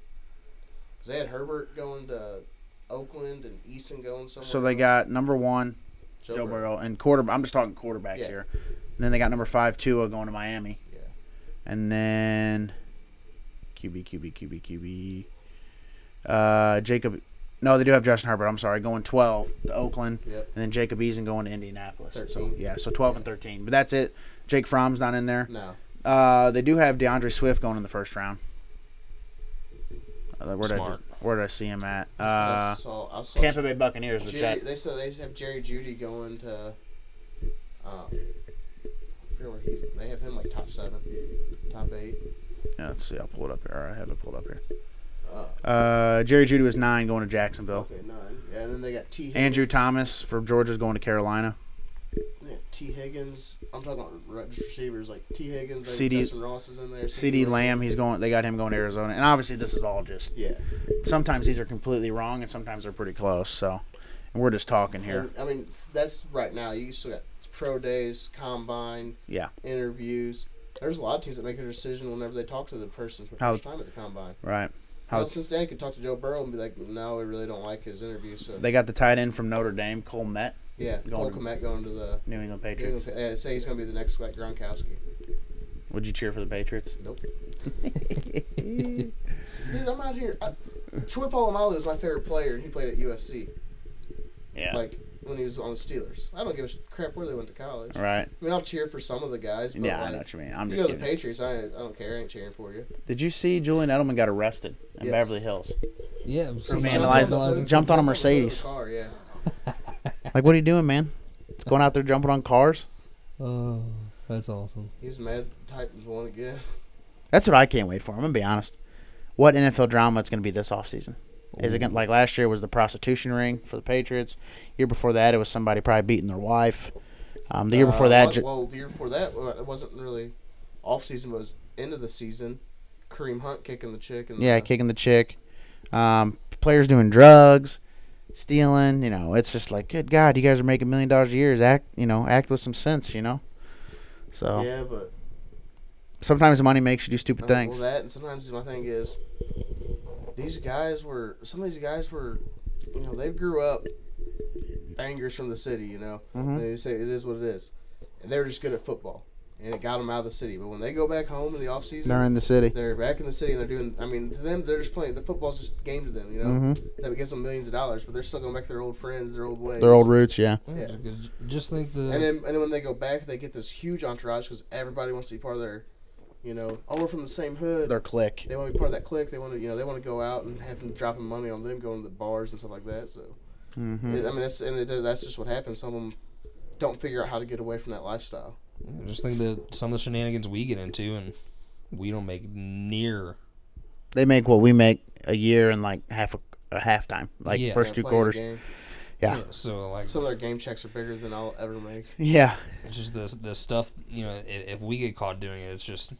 'Cause they had Herbert going to Oakland and Eason going somewhere.
So they
else.
got number one, Joe Burrow, and quarter. I'm just talking quarterbacks
Yeah.
here. And then they got number five, Tua, going to Miami.
Yeah.
And then QB, QB, QB, QB. Uh, Jacob. No, they do have Justin Herbert. I'm sorry, going 12 to Oakland,
Yep.
and then Jacob Eason going to Indianapolis. So
13.
yeah, so 12 and 13. But that's it. Jake Fromm's not in there.
No.
Uh, they do have DeAndre Swift going in the first round. Uh, where,
Smart.
Did I, where did I see him at?
I saw- I
Uh,
saw, I saw
Tampa Bay Buccaneers. Which
Jerry,
that,
they said they have Jerry Judy going to. Um, I forget where he's. They have him like top seven, top eight.
yeah, let's see. I'll pull it up here. Or I have it pulled up here. Uh, Jerry Judy was nine going to Jacksonville.
Okay, nine. Yeah, and then they got T. Higgins,
Andrew Thomas for Georgia's going to Carolina.
Yeah, T. Higgins. I'm talking about re- receivers like T. Higgins. Like
CD
Justin Ross is in there.
CD Lamb, he's going. They got him going to Arizona. And obviously, this is all just.
Yeah.
Sometimes these are completely wrong, and sometimes they're pretty close. So, and we're just talking here.
And, I mean, that's right now. You still got pro days, combine,
Yeah.
interviews. There's a lot of teams that make a decision whenever they talk to the person for the
How-
first time at the combine.
Right. How
Well, since then, I could talk to Joe Burrow and be like, "No, we really don't like his interview." So
they got the tight end from Notre Dame, Cole Met,
yeah, Cole
going-
Komet going to the New
New England
England-
Patriots.
uh, say he's going to be the next like Gronkowski.
Would you cheer for the Patriots?
Nope.
*laughs*
Dude, I'm out here. I, Troy Polamalu is my favorite player, and he played at USC.
Yeah.
Like when he was on the Steelers. I don't give a sh- crap where they went to college.
right.
I mean, I'll cheer for some of the guys. But
Yeah, I
like,
know what you mean. I'm
you
just
go to the
kidding.
Patriots. I, I don't care. I ain't cheering for you.
Did you see Julian Edelman got arrested in
Yes.
Beverly
*laughs*
Hills?
Yeah.
vandalizing-
vandalizing.
jumped on a
Jump the hood of
Mercedes.
the car, yeah.
Like, what are you doing, man? It's going out there jumping on cars.
Oh, that's awesome.
He was mad. The Titans won again.
That's what I can't wait for. I'm gonna be honest. What NFL drama it's gonna be this offseason? Is it gonna like last year was the prostitution ring for the Patriots? Year before that, it was somebody probably beating their wife.
*laughs*
Um, the year before
Uh,
that,
one-
ju-
well, the year before that, well, it wasn't really off season. It was end of the season. Kareem Hunt kicking the chick and
yeah,
the,
kicking the chick. Um, players doing drugs, stealing. You know, it's just like, good God, you guys are making million dollars a year. Act, you know, act with some sense. You know, so
yeah, but
sometimes money makes you do stupid
uh,
things.
Well, that and sometimes my thing is these guys were some of these guys were, you know, they grew up bangers from the city, you know.
Mm-hmm.
And they say it is what it is. And they're just good at football. And it got them out of the city. But when they go back home in the off season,
They're in the city.
they're back in the city and they're doing. I mean, to them, they're just playing. The football's just a game to them, you know.
Mm-hmm.
That gives them millions of dollars, but they're still going back to their old friends, their old ways.
Their old roots, yeah.
Yeah.
Just think the
And then, and then when they go back, they get this huge entourage because everybody wants to be part of their, you know, oh, we're from the same hood.
Their clique.
they want to be part of that clique. They want to, you know, they want to go out and have them dropping money on them, going to the bars and stuff like that. So, It- I mean, that's and it, that's just what happens. Some of them don't figure out how to get away from that lifestyle.
just think that some of the shenanigans we get into, and we don't make near.
They make what we make a year in like half a, a halftime, like
Yeah.
first two
Playing the
quarters.
game.
Yeah.
So like,
Some of their game checks are bigger than I'll ever make.
Yeah.
it's just the the stuff you know. If, if we get caught doing it, it's just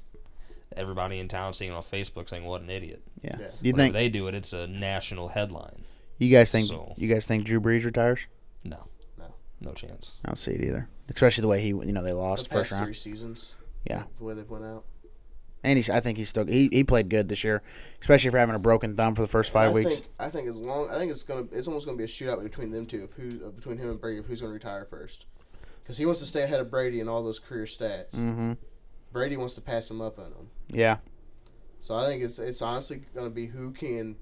everybody in town seeing it on Facebook saying what an idiot.
Yeah.
Yeah.
Do you
Whenever
think
they do it, it's a national headline.
you guys think
So-
you guys think Drew Brees retires?
No,
No.
no chance.
I don't see it either. Especially the way he, you know, they
The
lost
past
first
three
round.
seasons,
Yeah,
the way they've went out.
and he's. I think he's still. He, he played good this year, especially for having a broken thumb for the first five
I
weeks.
Think, I think as long I think it's gonna it's almost gonna be a shootout between them two of who of between him and Brady of who's gonna retire first, because he wants to stay ahead of Brady in all those career stats. Mm-hmm. Brady wants to pass him up on him,
yeah,
so I think it's it's honestly gonna be who can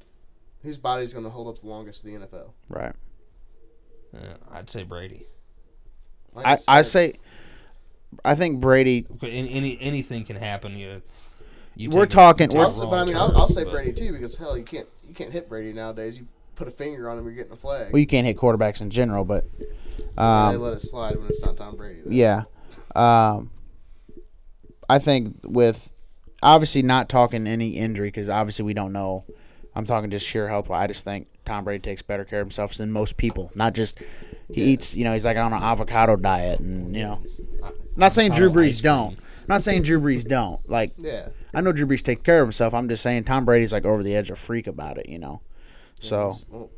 whose body's gonna hold up the longest in the NFL.
right.
Uh, I'd say Brady.
Like
I, I
said,
say, I think Brady.
Any, any anything can happen. You, know, you
We're
take a-
talking-
you take a
we're-
I'll say- but I
wrong
mean I'll,
turn,
I'll say
but-
Brady too because hell you can't you can't hit Brady nowadays. You put a finger on him, you're getting a flag.
Well, you can't hit quarterbacks in general, but
they let it slide when it's not Tom Brady. though.
um, yeah, um, I think with obviously not talking any injury because obviously we don't know. I'm talking just sheer health. I just think Tom Brady takes better care of himself than most people. Not just he eats. You know, he's like on an avocado diet, and you know, not saying Drew
avocado ice
Brees don't. Not saying Drew Brees don't. Like
Yeah.
I know Drew Brees take care of himself. I'm just saying Tom Brady's like over the edge, a freak about it. You know, so
Well,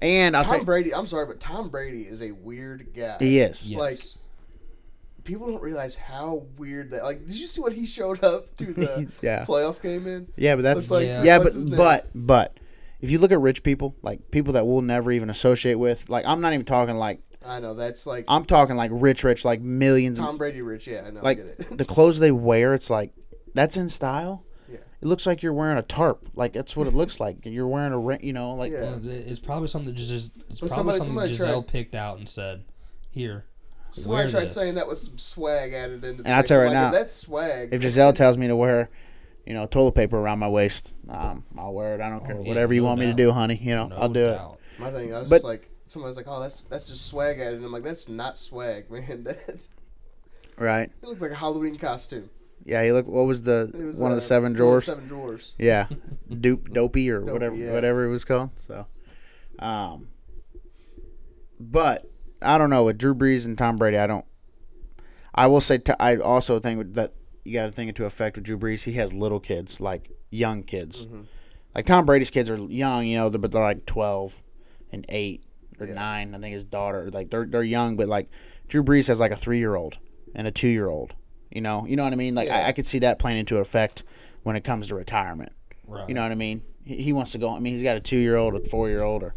and I'll
Tom
take
Brady, I'm sorry, but Tom Brady is a weird guy.
he is.
Yes.
like, people don't realize how weird that. Like, did you see what he showed up to the
*laughs* Yeah.
playoff game in?
Yeah, but
Looks
that's
like-
yeah,
Yeah.
but
what's his name?
but but if you look at rich people, like people that we'll never even associate with, like I'm not even talking like
I know that's like
I'm talking like rich, rich, like millions,
Tom Brady rich. Yeah, I know.
like
I get it.
the clothes they wear. It's like that's in style.
yeah,
It looks like you're wearing a tarp. Like that's what it looks like. *laughs* You're wearing a ring. You know, like
yeah.
It's probably something that just it's
uh, But
probably
somebody-
something
somebody
Giselle
tried-
picked out and said, "Here,
Somebody
wear
tried
this."
saying that with some swag added into.
And I'll tell you right
like,
now,
if that's swag.
if Giselle tells me to wear, you know, toilet paper around my waist, um, I'll wear it. I don't care.
Oh,
yeah,
Whatever you
no
want me to
doubt.
do, honey. You know,
No
I'll do
doubt.
my thing, I was
but-
just like, somebody's like, "Oh, that's that's just swag added." And I'm like, "That's not swag, *laughs* man. That it
it. Right?
looked like a Halloween costume."
Yeah. You look. What was the
It was
one
uh,
of the
one
seven drawers?
seven drawers.
Yeah, dupe, dopey, or whatever,
yeah.
whatever it was called. So, um, but I don't know with Drew Brees and Tom Brady. I don't. I will say t- I also think that you got to think into effect with Drew Brees. He has little kids, like young kids. Like Tom Brady's kids are young, you know, they're- but they're like twelve and eight or nine. I think his daughter, like they're they're young, but like Drew Brees has like a three year old and a two year old. You know, you know what I mean. Like I,
Yeah.
I could see that playing into effect when it comes to retirement.
Right.
You know what I mean? He, he wants to go. I mean, he's got a two year old, a four year old, or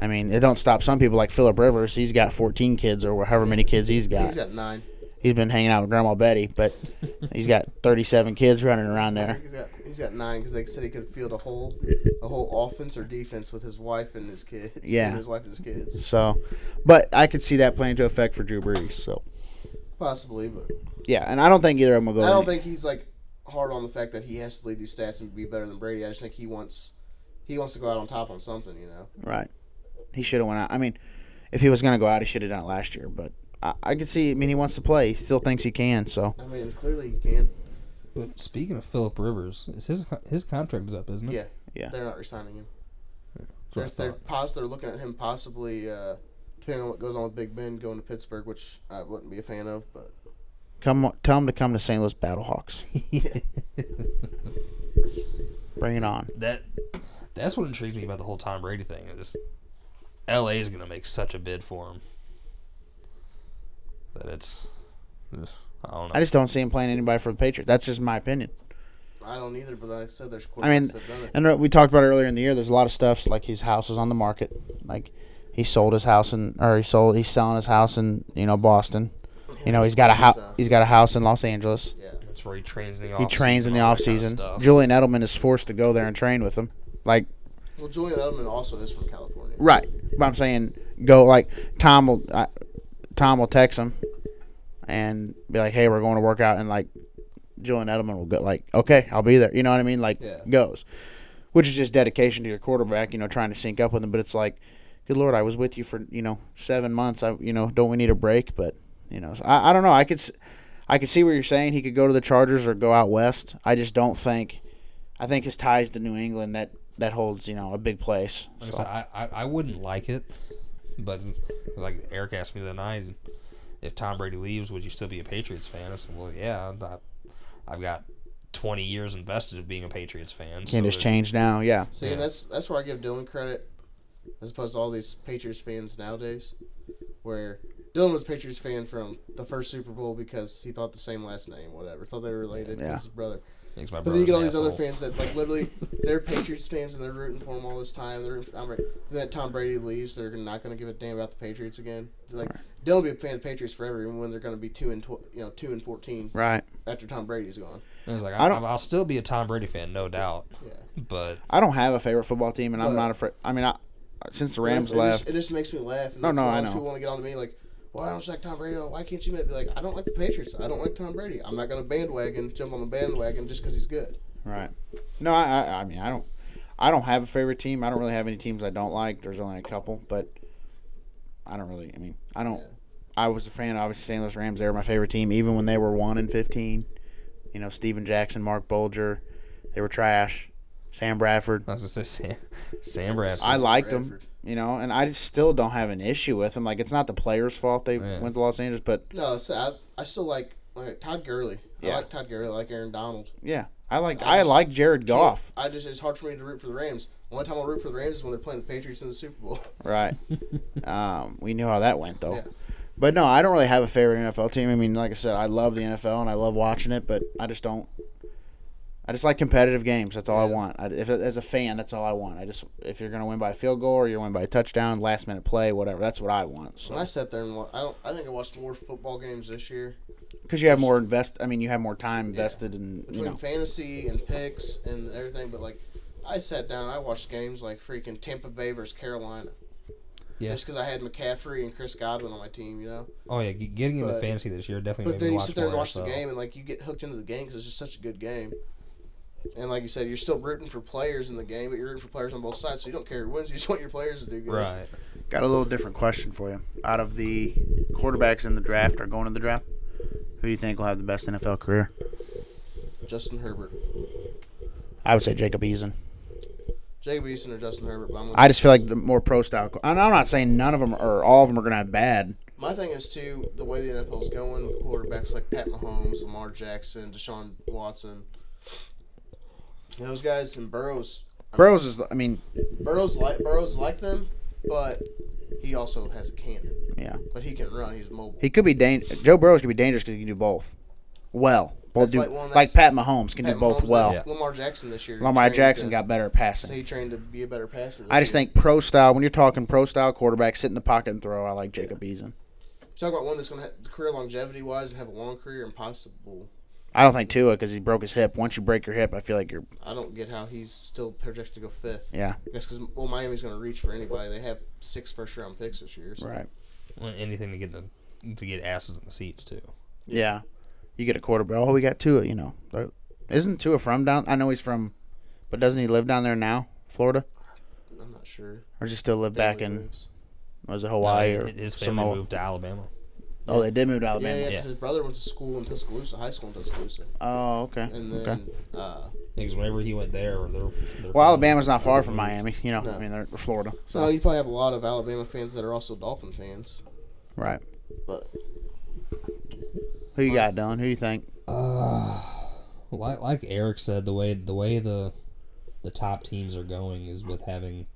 I mean, it don't stop some people like Philip Rivers. He's got fourteen kids or however many kids he's got.
He's got nine.
he's been hanging out with Grandma Betty, but he's got thirty seven kids running around there.
He's got he's got nine because they said he could field a whole a whole offense or defense with his wife and his kids. *laughs*
Yeah.
and his wife and his kids
So, but I could see that playing into effect for Drew Brees. So
possibly, but
yeah, and I don't think either of them will go.
I don't
any-
think he's like hard on the fact that he has to lead these stats and be better than Brady. I just think he wants he wants to go out on top on something, you know.
Right. He should have went out. I mean, if he was going to go out, he should have done it last year. But I, I could see. I mean, he wants to play. He still thinks he can. So
I mean, clearly he can.
But speaking of Philip Rivers, is his his contract is up, isn't it?
Yeah,
Yeah.
They're not resigning him. They're,
That's what I
they're,
thought.
pos- they're looking at him possibly, uh, depending on what goes on with Big Ben going to Pittsburgh, which I wouldn't be a fan of. But
come, on- tell him to come to St. Louis
*laughs*
Battlehawks. Bring it on.
That that's what intrigued me about the whole Tom Brady thing is LA is going to make such a bid for him that it's I don't know.
I just don't see him playing anybody for the Patriots. That's just my opinion.
I don't either. But like I said, there's
I mean,
quarterbacks that have done it.
and we talked about it earlier in the year. There's a lot of stuff like his house is on the market. Like He sold his house in, or he sold, he's selling his house in, you know, Boston. You know, he's got a house.
stuff.
He's got a house in Los Angeles.
That's where he trains in the off.
He trains in the off season.
stuff.
Julian Edelman is forced to go there and train with him. Like
Well, Julian Edelman also is from California.
Right. But I'm saying go like Tom will I, Tom will text him and be like, "Hey, we're going to work out," and like Julian Edelman will go like, "Okay, I'll be there." You know what I mean? Like
Yeah.
goes, which is just dedication to your quarterback. You know, trying to sync up with him, but it's like, good lord, I was with you for you know seven months. I you know don't we need a break? But you know, so I I don't know. I could. s- I could see what you're saying. He could go to the Chargers or go out west. I just don't think. I think his ties to New England that that holds you know a big place.
Like I, said, I, I, I wouldn't like it, but like Eric asked me the other night, if Tom Brady leaves, would you still be a Patriots fan? I said, well, yeah, I, I've got 20 years invested in being a Patriots fan.
Can just
it-
change now, yeah.
See, and that's that's where I give Dylan credit, as opposed to all these Patriots fans nowadays, where Dylan was a Patriots fan from the first Super Bowl because he thought the same last name, whatever, thought they were related. 'cause
Yeah.
his brother.
Thinks my
But then you
brother's
get all
an
these other
asshole.
fans that like
*laughs*
literally they're Patriots fans and they're rooting for him all this time. They're rooting for Tom Brady. Then Tom Brady leaves, they're not going to give a damn about the Patriots again. They're like Dylan will be a fan of Patriots forever, even when they're going to be two and tw- you know two and fourteen
Right.
after Tom Brady's gone.
And It's like,
I
I
don't-
will still be a Tom Brady fan, no doubt.
Yeah.
But
I don't have a favorite football team, and I'm
But-
not afraid. I mean, I since the
It
Rams
just- it
left,
Just, it just makes me laugh. And
No,
that's
no,
why
I
all these
know.
People want to get on to me like, "Why don't you like Tom Brady? Why can't you?" Be like, I don't like the Patriots. I don't like Tom Brady. I'm not gonna bandwagon, jump on the bandwagon just because he's good.
right? No, I, I, I mean, I don't, I don't have a favorite team. I don't really have any teams I don't like. There's only a couple, but I don't really. I mean, I don't. I was a fan. Obviously, St. Louis Rams. They were my favorite team, even when they were one and fifteen. You know, Steven Jackson, Mark Bolger, they were trash. Sam Bradford.
I was going to say, *laughs* Sam, Sam Bradford.
I liked them,
Bradford.
you know, and I just still don't have an issue with them. Like, it's not the players' fault they went to Los Angeles, but
No, so I, I still like like Todd Gurley.
Yeah.
I like Todd Gurley. I like Aaron Donald.
Yeah, I like
I
I,
just
like
*laughs*
Jared Goff.
I just it's hard for me to root for the Rams. One time I'll root for the Rams is when they're playing the Patriots in the Super Bowl. *laughs*
Right. um, we knew how that went though.
Yeah.
But no, I don't really have a favorite NFL team. I mean, like I said, I love the NFL and I love watching it, but I just don't. I just like competitive games. That's all I want. I, if as a fan, that's all I want. I just if you're gonna win by a field goal or you're gonna win by a touchdown, last minute play, whatever. That's what I want.
When
So
I sat there and wa- I don't, I think I watched more football games this year
because you have more invest. I mean, you have more time invested in you
between
know.
fantasy and picks and everything. But like, I sat down, I watched games like freaking Tampa Bay versus Carolina.
yeah.
Just because I had McCaffrey and Chris Godwin on my team, you know.
Oh, yeah. ge- Getting into
But-
fantasy this year definitely
But
made
then
me
you
watch
sit there and
more
watch the
NFL.
game, and like you get hooked into the game because it's just such a good game. And like you said, you're still rooting for players in the game, but you're rooting for players on both sides, so you don't care who wins. You just want your players to do good.
Right.
Got a little different question for you. Out of the quarterbacks in the draft or going to the draft,
Who do you think will have the best NFL career?
Justin Herbert,
I would say Jacob Eason.
Jacob Eason, or Justin Herbert. But I'm gonna
I just feel like the more pro style. And I'm not saying none of them or all of them are gonna have bad.
my thing is too the way the NFL's going with quarterbacks like Pat Mahomes, Lamar Jackson, Deshaun Watson. Those guys and Burrows,
Burrows is, I mean,
Burrows like Burrows like them, but he also has a cannon.
yeah,
But he can run. He's mobile.
he could be dangerous. Joe Burrows could be dangerous because he can do both. Well, both
That's
do
like
like,
one that's-
Pat Mahomes can
Pat
do both
Mahomes,
well.
that's Lamar Jackson this year.
Lamar
trained
Jackson
to-
got better at
So
passing.
he trained to be a better passer.
I just think pro style. When you're talking pro style quarterback, sit in the pocket and throw. I like Jacob Eason.
talk about one that's going to have career longevity wise and have a long career and possible.
I don't think Tua because he broke his hip. Once you break your hip, I feel like you're
I don't get how he's still projected to go fifth.
Yeah.
That's because well Miami's going to reach for anybody. They have six first round picks this year. So.
right.
Well, Anything to get the to get asses in the seats, too.
Yeah, you get a quarterback. Oh, we got Tua. You know, Like, isn't Tua from down? I know he's from, but doesn't he live down there now, Florida,
I'm not sure.
or does he still live back in?
Moves.
Was it Hawaii or
His family
Samoa?
moved to Alabama.
Oh, they did move to
Yeah,
Alabama.
yeah. 'cause
Yeah.
his brother went to school in Tuscaloosa, high school in Tuscaloosa,
Oh, okay.
and
okay.
then uh,
Because whenever he went there, or their, their
Well,
family-
Alabama's not far from Miami. You know, I mean, they're or Florida. So
no, you probably have a lot of Alabama fans that are also Dolphin fans.
right.
But
Who you got, Dylan? Who you think?
like, like Eric said, the way the way the the top teams are going is with having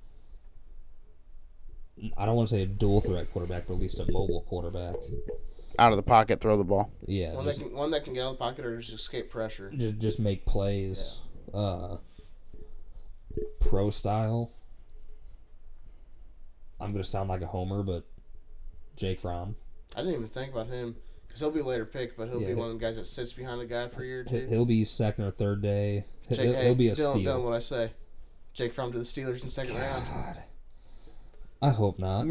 I don't want to say a dual threat quarterback, but at least a mobile quarterback.
Out of the pocket, throw the ball.
Yeah,
one that
just,
can one that can get out of the pocket or just escape pressure.
just just make plays, uh, pro style. I'm gonna sound like a homer, but Jake Fromm,
I didn't even think about him because he'll be a later pick, but he'll
Yeah.
be one of the guys that sits behind a guy for a year or
he-
two.
he'll be second or third day. He-
Jake,
He'll, he'll be a
Dylan, Dylan,
steal.
what I say? Jake Fromm to the Steelers in second round.
God, I hope not.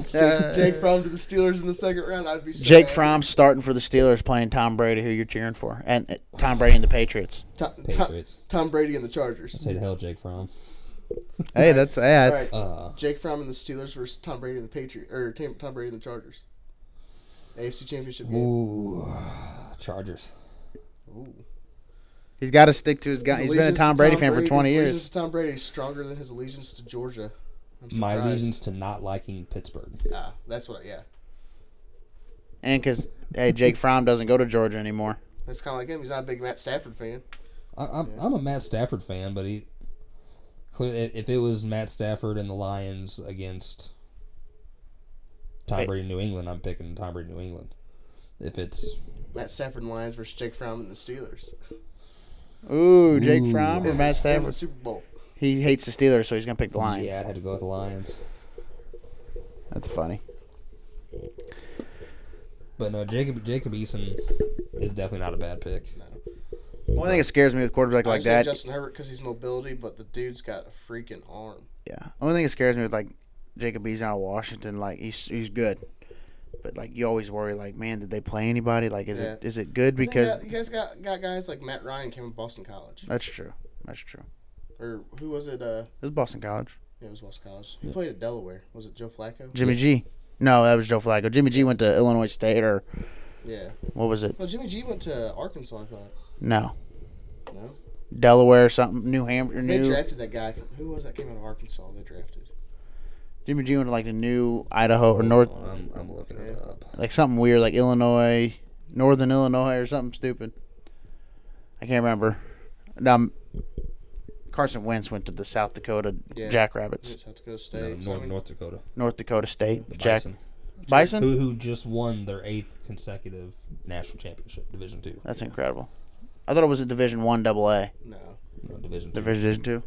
*laughs*
Jake, Jake Fromm to the Steelers in the second round. I'd be so
Jake
happy.
Fromm starting for the Steelers, playing Tom Brady, who you're cheering for, and uh, Tom Brady and the Patriots.
Tom, Tom,
Patriots.
Tom Brady and the Chargers.
Say to hell, Jake Fromm.
Hey, that's
All
that's
right, Jake Fromm and the Steelers versus Tom Brady and the Patriots, or Tam- Tom Brady and the Chargers. AFC Championship game.
Ooh, Chargers.
He's got to stick to his guy.
His
He's been a
allegiance to
Tom Brady fan for
Brady-
20
his
years.
allegiance to Tom Brady is stronger than his allegiance to Georgia. I'm
My
surprised.
allegiance to not liking Pittsburgh.
Ah, that's what. Yeah,
And because hey, Jake Fromm doesn't go to Georgia anymore.
that's kind of like him. He's not a big Matt Stafford fan.
I, I'm, I'm a Matt Stafford fan, but he clearly if it was Matt Stafford and the Lions against Tom
Hey.
Brady in New England, I'm picking Tom Brady New England. If it's
Matt Stafford and Lions versus Jake Fromm and the Steelers
Ooh, Jake Fromm or Matt
in the
Stafford?
Super Bowl.
He hates the Steelers, so he's gonna pick the Lions.
yeah, I'd have to go with the Lions.
That's funny.
But no, Jacob Jacob Eason is definitely not a bad pick.
Only thing that scares me with
Like
quarterback
I
like
said
that.
Justin Herbert because he's mobility, but the dude's got a freaking arm.
yeah. Only thing that scares me with like Jacob Eason out of Washington, like he's he's good, but like you always worry, like man, did they play anybody? Like is it
Yeah.
is it good? Because
Yeah, you guys got, got guys like Matt Ryan came from Boston College,
that's true. That's true.
or who was it? Uh,
It was Boston College.
yeah, it was Boston College. He played at Delaware. Was it Joe Flacco?
Jimmy G. No, that was Joe Flacco. Jimmy G went to Illinois State or
yeah.
what was it?
Well, Jimmy G went to Arkansas. I thought.
No,
No,
Delaware or something. New Hampshire.
they
New.
drafted that guy. From, who was that came out of Arkansas? They drafted.
Jimmy G went to like the new Idaho or North,
I'm, I'm looking it up. Uh,
like something weird, like Illinois, Northern Illinois or something stupid. I can't remember. And, Um, Carson Wentz went to the South Dakota
Yeah.
Jackrabbits,
It's South Dakota
No,
State. so, I
North,
mean,
North Dakota.
North Dakota State.
The
Jack
Bison.
Bison.
Who, who just won their eighth consecutive national championship, Division Two.
That's incredible. I thought it was a Division One Double A,
no.
No, Division Two.
Division Two.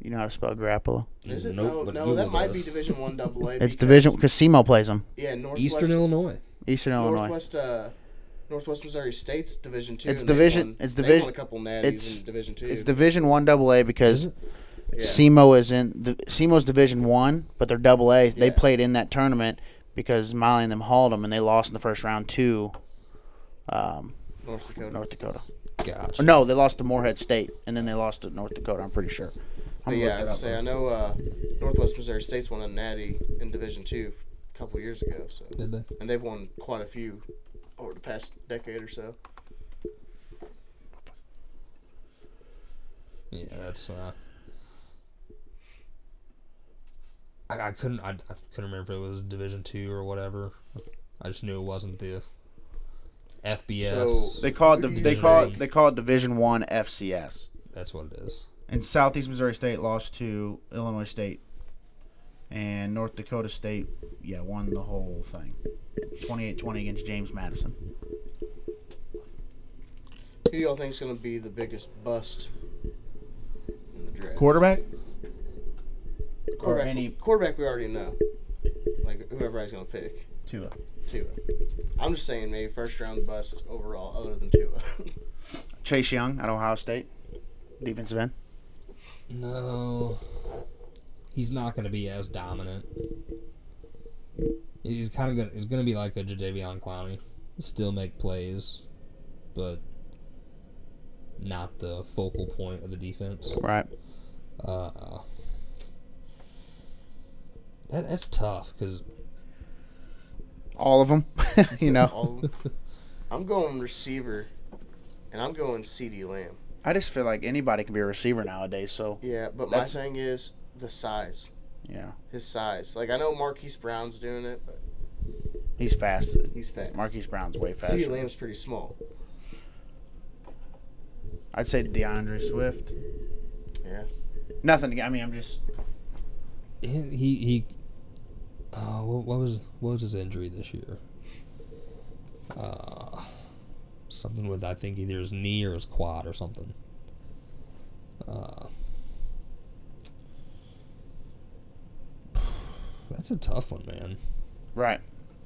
You know how to spell Grappolo?
Is it?
Nope,
no,
but
no,
Google
that might
does.
be Division One Double A.
*laughs* It's Division because Semo plays them.
Yeah, Northwest.
Eastern Illinois.
Eastern Illinois.
Northwest. Uh, Northwest Missouri State's Division Two.
It's
and they
division-
won-
it's
they
division-
won a couple natties
it's-
in Division Two.
It's Division One Double A because
Yeah.
SEMO is in the SEMO's Division One, but they're Double A. They
Yeah.
played in that tournament because Miley and them hauled them, and they lost in the first round to
North Dakota.
North Dakota.
Gosh.
Or no, they lost to Moorhead State, and then they lost to North Dakota. I'm pretty sure. I'm
But
gonna
yeah, I
look that up.
say I know uh, Northwest Missouri State's won a natty in Division Two a couple years ago. So
Did they?
and they've won quite a few over the past decade or so.
Yeah, that's. Uh, I, I couldn't. I, I couldn't remember if it was Division Two or whatever. I just knew it wasn't the FBS.
So-
They call it
Who
the,
do you
they call it, they call it Division One FCS.
that's what it is.
And Southeast Missouri State lost to Illinois State, and North Dakota State, yeah, won the whole thing, 28-20 against James Madison.
Who y'all think's gonna be the biggest bust in the draft?
Quarterback?
quarterback,
any-
quarterback we already know. Like whoever I's gonna pick,
Tua.
Tua. I'm just saying maybe first round bust overall, other than Tua. *laughs*
Chase Young at Ohio State, defensive end.
No, he's not going to be as dominant. He's kind of going. He's going to be like a Jadavion Clowney. He'll Still make plays, but not the focal point of the defense.
Right.
That, that's tough because
All of them, *laughs* you know.
All- I'm going receiver, and I'm going C.D. Lamb.
I just feel like anybody can be a receiver nowadays. So
Yeah, but my thing is the size.
yeah,
His size. Like I know Marquise Brown's doing it, but
he's fast.
he's fast.
Marquise Brown's way fast.
C.D. Lamb's pretty small.
I'd say DeAndre Swift.
Yeah.
Nothing. to- I mean, I'm just
he he. he uh, what, what was what was his injury this year? Uh, something with I think either his knee or his quad or something. Uh, That's a tough one, man.
Right.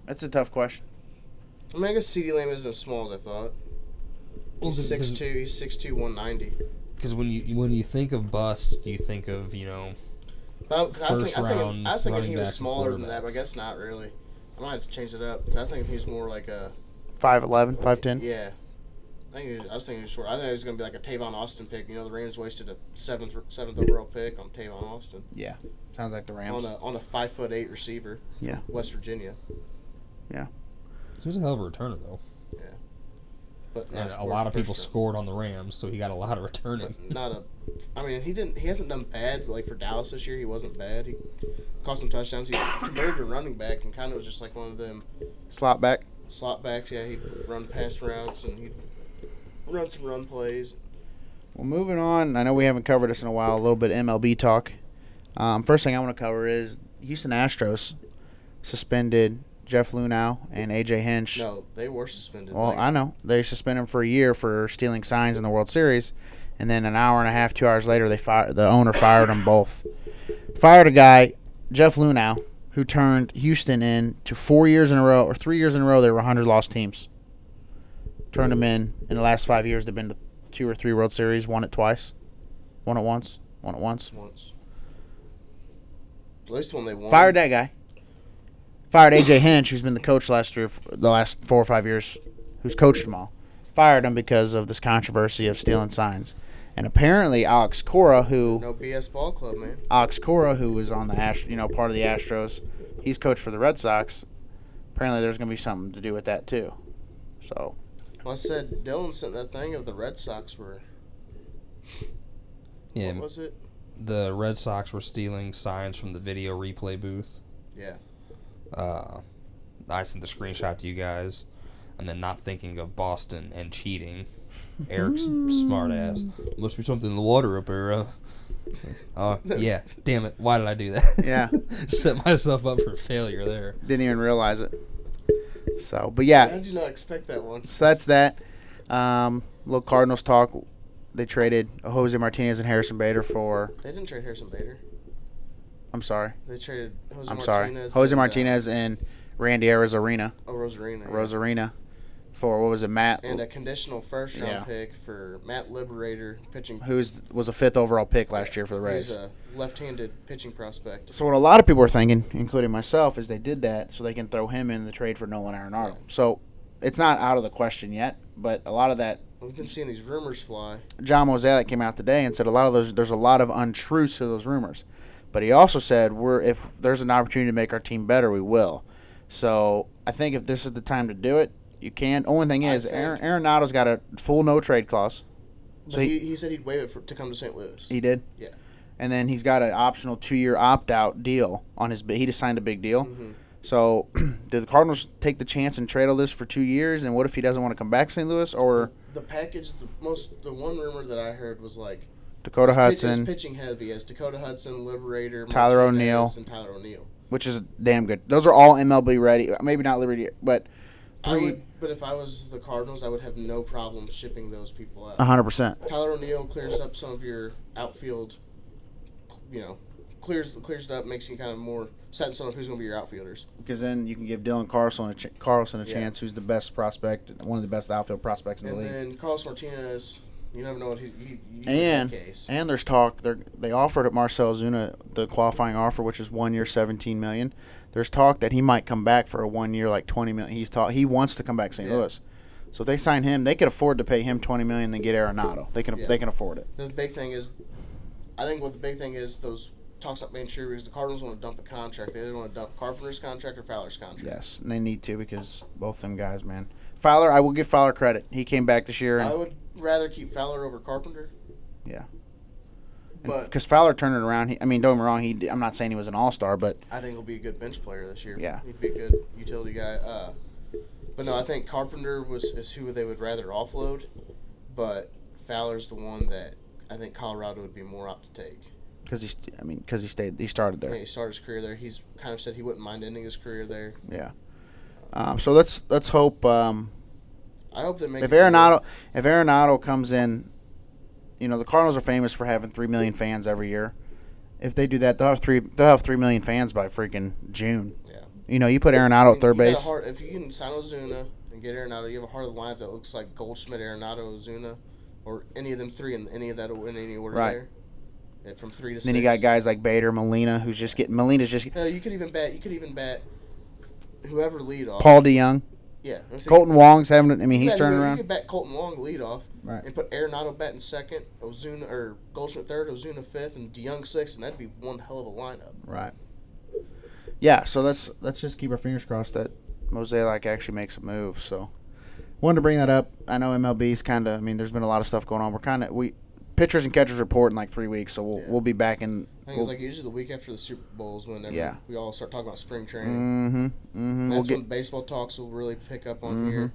That's a tough question.
I mean, I guess CeeDee Lamb isn't as small as I thought.
Well,
He's
'cause-
6'2", he's 6'2", 190.
Because when you when you think of bust, you think of you know
But I, I was
First
thinking, I was thinking, I was
round
thinking he
running backs and
was smaller than that, but I
quarterbacks.
guess not really. I might have to change it up because I was thinking he was more like a
5'11, 5'10.
yeah. I think he was, I was thinking he was short. I think it was gonna be like a Tavon Austin pick. You know, the Rams wasted a seventh seventh overall pick on Tavon Austin
Yeah. Sounds like the
on
Rams.
a on a five foot eight receiver,
Yeah.
West Virginia.
Yeah.
he was a hell of a returner though,
Yeah, but
and
not
a lot of
first
people
round.
scored on the Rams, so he got a lot of returning.
not a. I mean, he didn't. He hasn't done bad. But like for Dallas this year, he wasn't bad. He caught some touchdowns. He converted to running back and kind of was just like one of them
Slot back.
slot backs. Yeah, he'd run pass routes and he'd run some run plays.
Well, moving on. I know we haven't covered this in a while. A little bit of MLB talk. Um, first thing I want to cover is Houston Astros suspended Jeff Lunau and AJ Hinch.
No, they were suspended.
Well,
Like,
I know they suspended him for a year for stealing signs in the World Series, and then an hour and a half, two hours later, they fired the owner fired them both. Fired a guy, Jeff Lunau, who turned Houston in to four years in a row or three years in a row. They were 100 lost teams. Turned them in in the last five years. They've been to two or three World Series, won it twice, won it once, won it once.
once. At least when they won.
Fired that guy. Fired AJ Hinch, who's been the coach last three, the last four or five years, who's coached them all. Fired him because of this controversy of stealing signs, and apparently Alex Cora, who
No BS ball club, man.
Alex Cora, who was on the Ast- you know, part of the Astros, he's coached for the Red Sox. Apparently, there's going to be something to do with that too. So
Well, I said Dylan sent that thing of the Red Sox were.
Yeah,
What was it?
the Red Sox were stealing signs from the video replay booth.
Yeah.
I sent the screenshot to you guys, and then not thinking of Boston and cheating. Eric's smart ass.
Hmm.
Must be something in the water up there.
*laughs*
Uh, oh, yeah. Damn it. Why did I do that?
yeah,
*laughs* Set myself up for failure there.
didn't even realize it. So, but yeah,
I did not expect that one.
So that's that. Um, little Cardinals talk. They traded Jose Martinez and Harrison Bader for.
They didn't trade Harrison Bader.
I'm sorry.
They traded Jose
I'm
Martinez.
sorry.
and,
Jose
uh,
Martinez and Randy Arozarena.
oh, Rosarina. yeah.
Rosarena for what was it, Matt?
and a conditional first round
Yeah.
pick for Matt Liberator, pitching.
Who's was a fifth overall pick last year for the
He's
Rays.
a left-handed pitching prospect.
So what a lot of people are thinking, including myself, is they did that so they can throw him in the trade for Nolan Arenado. So it's not out of the question yet, but a lot of that
We've been seeing these rumors fly.
John Mozeliak came out today and said a lot of those there's a lot of untruths to those rumors. But he also said we're if there's an opportunity to make our team better, we will. So I think if this is the time to do it, you can. Only thing is,
think-
Aaron Arenado's got a full no trade clause.
But
So
he,
he-
he said he'd waive it for, to come to St. Louis.
He did,
yeah,
and then he's got an optional two year opt out deal on his. bi- He just signed a big deal.
Mm-hmm.
So *clears throat* do the Cardinals take the chance and trade all this for two years? And what if he doesn't want to come back to St. Louis or
the package. The most, the one rumor that I heard was like
Dakota
his pitch- his
Hudson,
pitching heavy as Dakota Hudson, Liberator,
Tyler
Martinez,
O'Neill.
and Tyler O'Neill.
which is damn good. Those are all MLB ready. Maybe not Liberty, but
I
Three-
would, but if I was the Cardinals, I would have no problem shipping those people out.
hundred percent.
Tyler O'Neill clears up some of your outfield, you know, clears clears it up, makes you kind of more set in stone of who's going to be your outfielders.
Because then you can give Dylan Carlson a ch- Carlson a
Yeah.
chance, who's the best prospect, one of the best outfield prospects in the
And
league.
then Carlos Martinez, you never know what he, he he's
And
a good case.
and there's talk they they offered Marcel Zuna the qualifying offer, which is one year, seventeen million. There's talk that he might come back for a one year, like twenty million. He's talk he wants to come back to St.
Yeah.
Louis, so if they sign him, they could afford to pay him twenty million and get Arenado. They can
Yeah.
they can afford it.
the big thing is, I think what the big thing is those talks up being true because the Cardinals want to dump a contract. They either want to dump Carpenter's contract or Fowler's contract.
Yes, and they need to because both them guys, man. Fowler, I will give Fowler credit. He came back this year.
I
And,
would rather keep Fowler over Carpenter,
yeah.
but
because Fowler turned it around. He, I mean, don't get me wrong. He, d- I'm not saying he was an all star, but
I think he'll be a good bench player this year.
Yeah.
he'd be a good utility guy. Uh, but no, I think Carpenter was is who they would rather offload, but Fowler's the one that I think Colorado would be more apt to take.
because he, st- I mean, because he stayed, he started
I mean,
there.
he started his career there. He's kind of said he wouldn't mind ending his career there.
Yeah. Um, so let's let's hope um,
I hope they make
if
it clear.
Arenado if Arenado comes in, you know the Cardinals are famous for having three million fans every year. If they do that, they'll have three. They'll have three million fans by freaking June.
Yeah.
You know, you put Arenado at Oh, third
You got a
base.
heart- if you can sign Ozuna and get Arenado, you have a heart of the lineup that looks like Goldschmidt, Arenado, Ozuna, or any of them three in any of that in any order
Right.
there. Yeah, from three to six.
Then you got guys like Bader, Molina, who's just getting. Molina's just
Hell, you could even bat. You could even bat whoever lead off.
Paul DeYoung,
Yeah. I'm saying-
Colton Wong's having. I mean, he's
Yeah,
turning
you, You
around.
could bat Colton Wong lead off,
Right.
and put Arenado batting second, Ozuna or Goldschmidt third, Ozuna fifth, and DeYoung sixth, and that'd be one hell of a lineup.
Right. Yeah, so let's let's just keep our fingers crossed that Mosaic actually makes a move. So wanted to bring that up. I know MLB's kind of. I mean, there's been a lot of stuff going on. We're kind of we pitchers and catchers report in like three weeks, so we'll we'll be back
I
in.
think
we'll-
it's like usually the week after the Super Bowls when every-
Yeah.
we all start talking about spring training. Mm-hmm. mm-hmm. That's when baseball talks will really pick up on here.
Mm-hmm.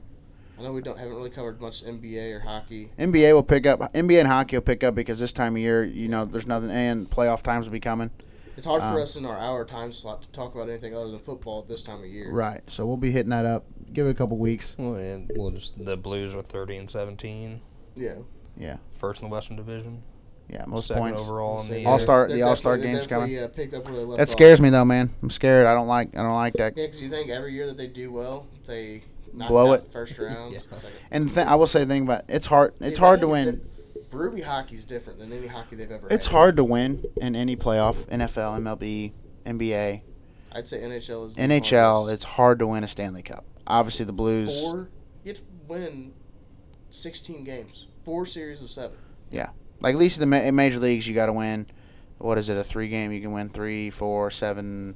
I know we don't haven't really covered much NBA or hockey.
NBA will pick up. NBA and hockey will pick up because this time of year, you know, there's nothing, and playoff times will be coming.
It's hard
Um,
for us in our hour time slot to talk about anything other than football at this time of year.
Right. So we'll be hitting that up. Give it a couple weeks.
Well, and we'll just the Blues are thirty and 17,
Yeah.
Yeah.
first in the Western Division,
Yeah. Most
second
points.
overall in
So
the
they're-
All All-Star-
they're
the All-Star
definitely-
game's
they definitely, Uh, picked up where they left
That
off.
scares me though, man. I'm scared. I don't like. I don't like that.
Yeah, because you think every year that they do well, they knock
Blow
out
it. *laughs*
first round. second.
And the thing, I will say the thing about it's hard. It's
Yeah, but I
hard to
think
win.
diff- Ruby hockey's different than any hockey they've ever.
It's
had.
hard to win in any playoff, NFL, MLB, NBA,
I'd say NHL is the
NHL.
hardest.
It's hard to win a Stanley Cup. Obviously, the Blues.
four. You have to win sixteen games, four series of seven.
Yeah, like at least in the ma- in major leagues, you got to win. What is it? A three game? You can win three, four, seven,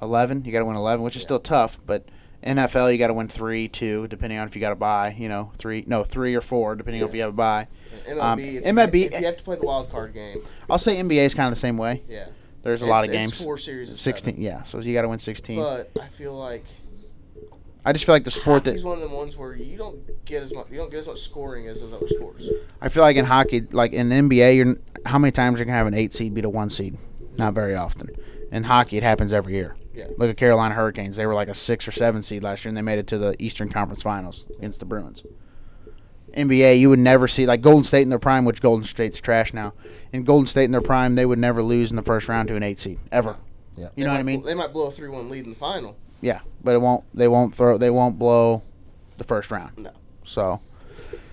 eleven. You got to win eleven, which is still tough. But NFL, you got to win three, two, depending on if you got a buy. You know, three, no, three or four, depending on if you have a buy.
MLB,
Um,
if,
MLB
you, if you have to play the wild card game,
I'll say NBA is kind of the same way.
yeah.
There's a
It's-
lot of
it's
games.
four series of
Sixteen. Yeah, so you got to win sixteen.
But I feel like
I just feel like the sport that
he's one of them ones where you don't get as much you don't get as much scoring as those other sports.
I feel like in hockey, like in the NBA, you're how many times you can have an eight seed beat a one seed? Not very often. In hockey, it happens every year.
Yeah.
Look at Carolina Hurricanes; they were like a six or seven seed last year, and they made it to the Eastern Conference Finals against the Bruins. NBA, you would never see like Golden State in their prime, which Golden State's trash now. In Golden State in their prime, they would never lose in the first round to an eight seed ever.
Yeah.
You know what I mean?
They might blow a three one lead in the final.
Yeah, but it won't. They won't throw. They won't blow the first round.
No.
So,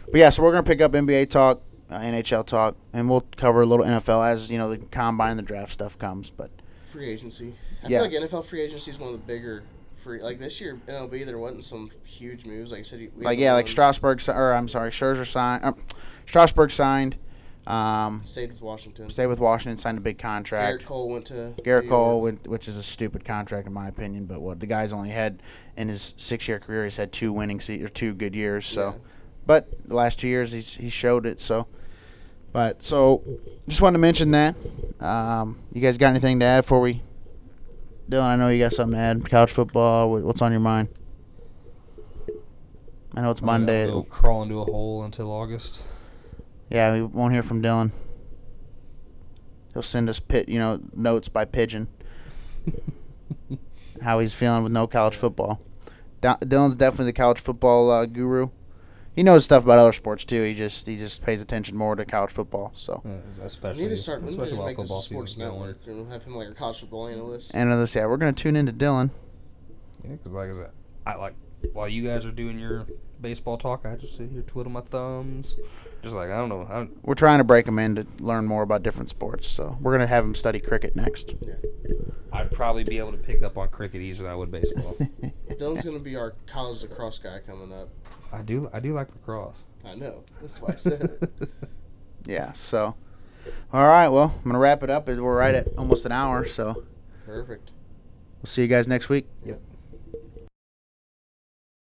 but yeah, so we're gonna pick up NBA talk, uh, NHL talk, and we'll cover a little NFL as you know the combine, the draft stuff comes. But
Free agency. I
Yeah.
feel like NFL free agency is one of the bigger free. Like this year, MLB there wasn't some huge moves. Like I said, we
like
had
yeah,
the
like
ones
Strasburg si- or I'm sorry, Scherzer signed. Um, Strasburg signed. Um,
stayed with Washington.
stayed with Washington, signed a big contract.
Garrett Cole went to
Garrett
New
Cole,
York.
went, which is a stupid contract in my opinion, but what the guy's only had in his six-year career, he's had two winning se- or two good years. So,
Yeah.
but the last two years he's he showed it. So, but so just wanted to mention that. Um, you guys got anything to add before we? Dylan, I know you got something to add. College football. wh- What's on your mind? I know it's Monday.
Go crawl into a hole until August.
Yeah, we won't hear from Dylan. He'll send us pit, you know, notes by pigeon. how he's feeling with no college football. Da- Dylan's definitely the college football uh, guru. He knows stuff about other sports too. He just he just pays attention more to college football. So
Uh,
We
especially
need to start. We need to
especially
just
while
make this a
football
sports
season's going.
network and have him like a college football analyst.
and as I say, we're gonna tune into Dylan.
Yeah, because like I said, I like while you guys are doing your baseball talk, I just sit here twiddling my thumbs, just like I don't know. I don't,
We're trying to break him in to learn more about different sports. So we're gonna have him study cricket next.
I'd probably be able to pick up on cricket easier than I would baseball.
Dylan's gonna be our college lacrosse guy coming up.
I do, I do like lacrosse.
I know. That's why I said it.
Yeah. So, all right. Well, I'm gonna wrap it up. We're right at almost an hour. So
Perfect.
we'll see you guys next week.
Yep.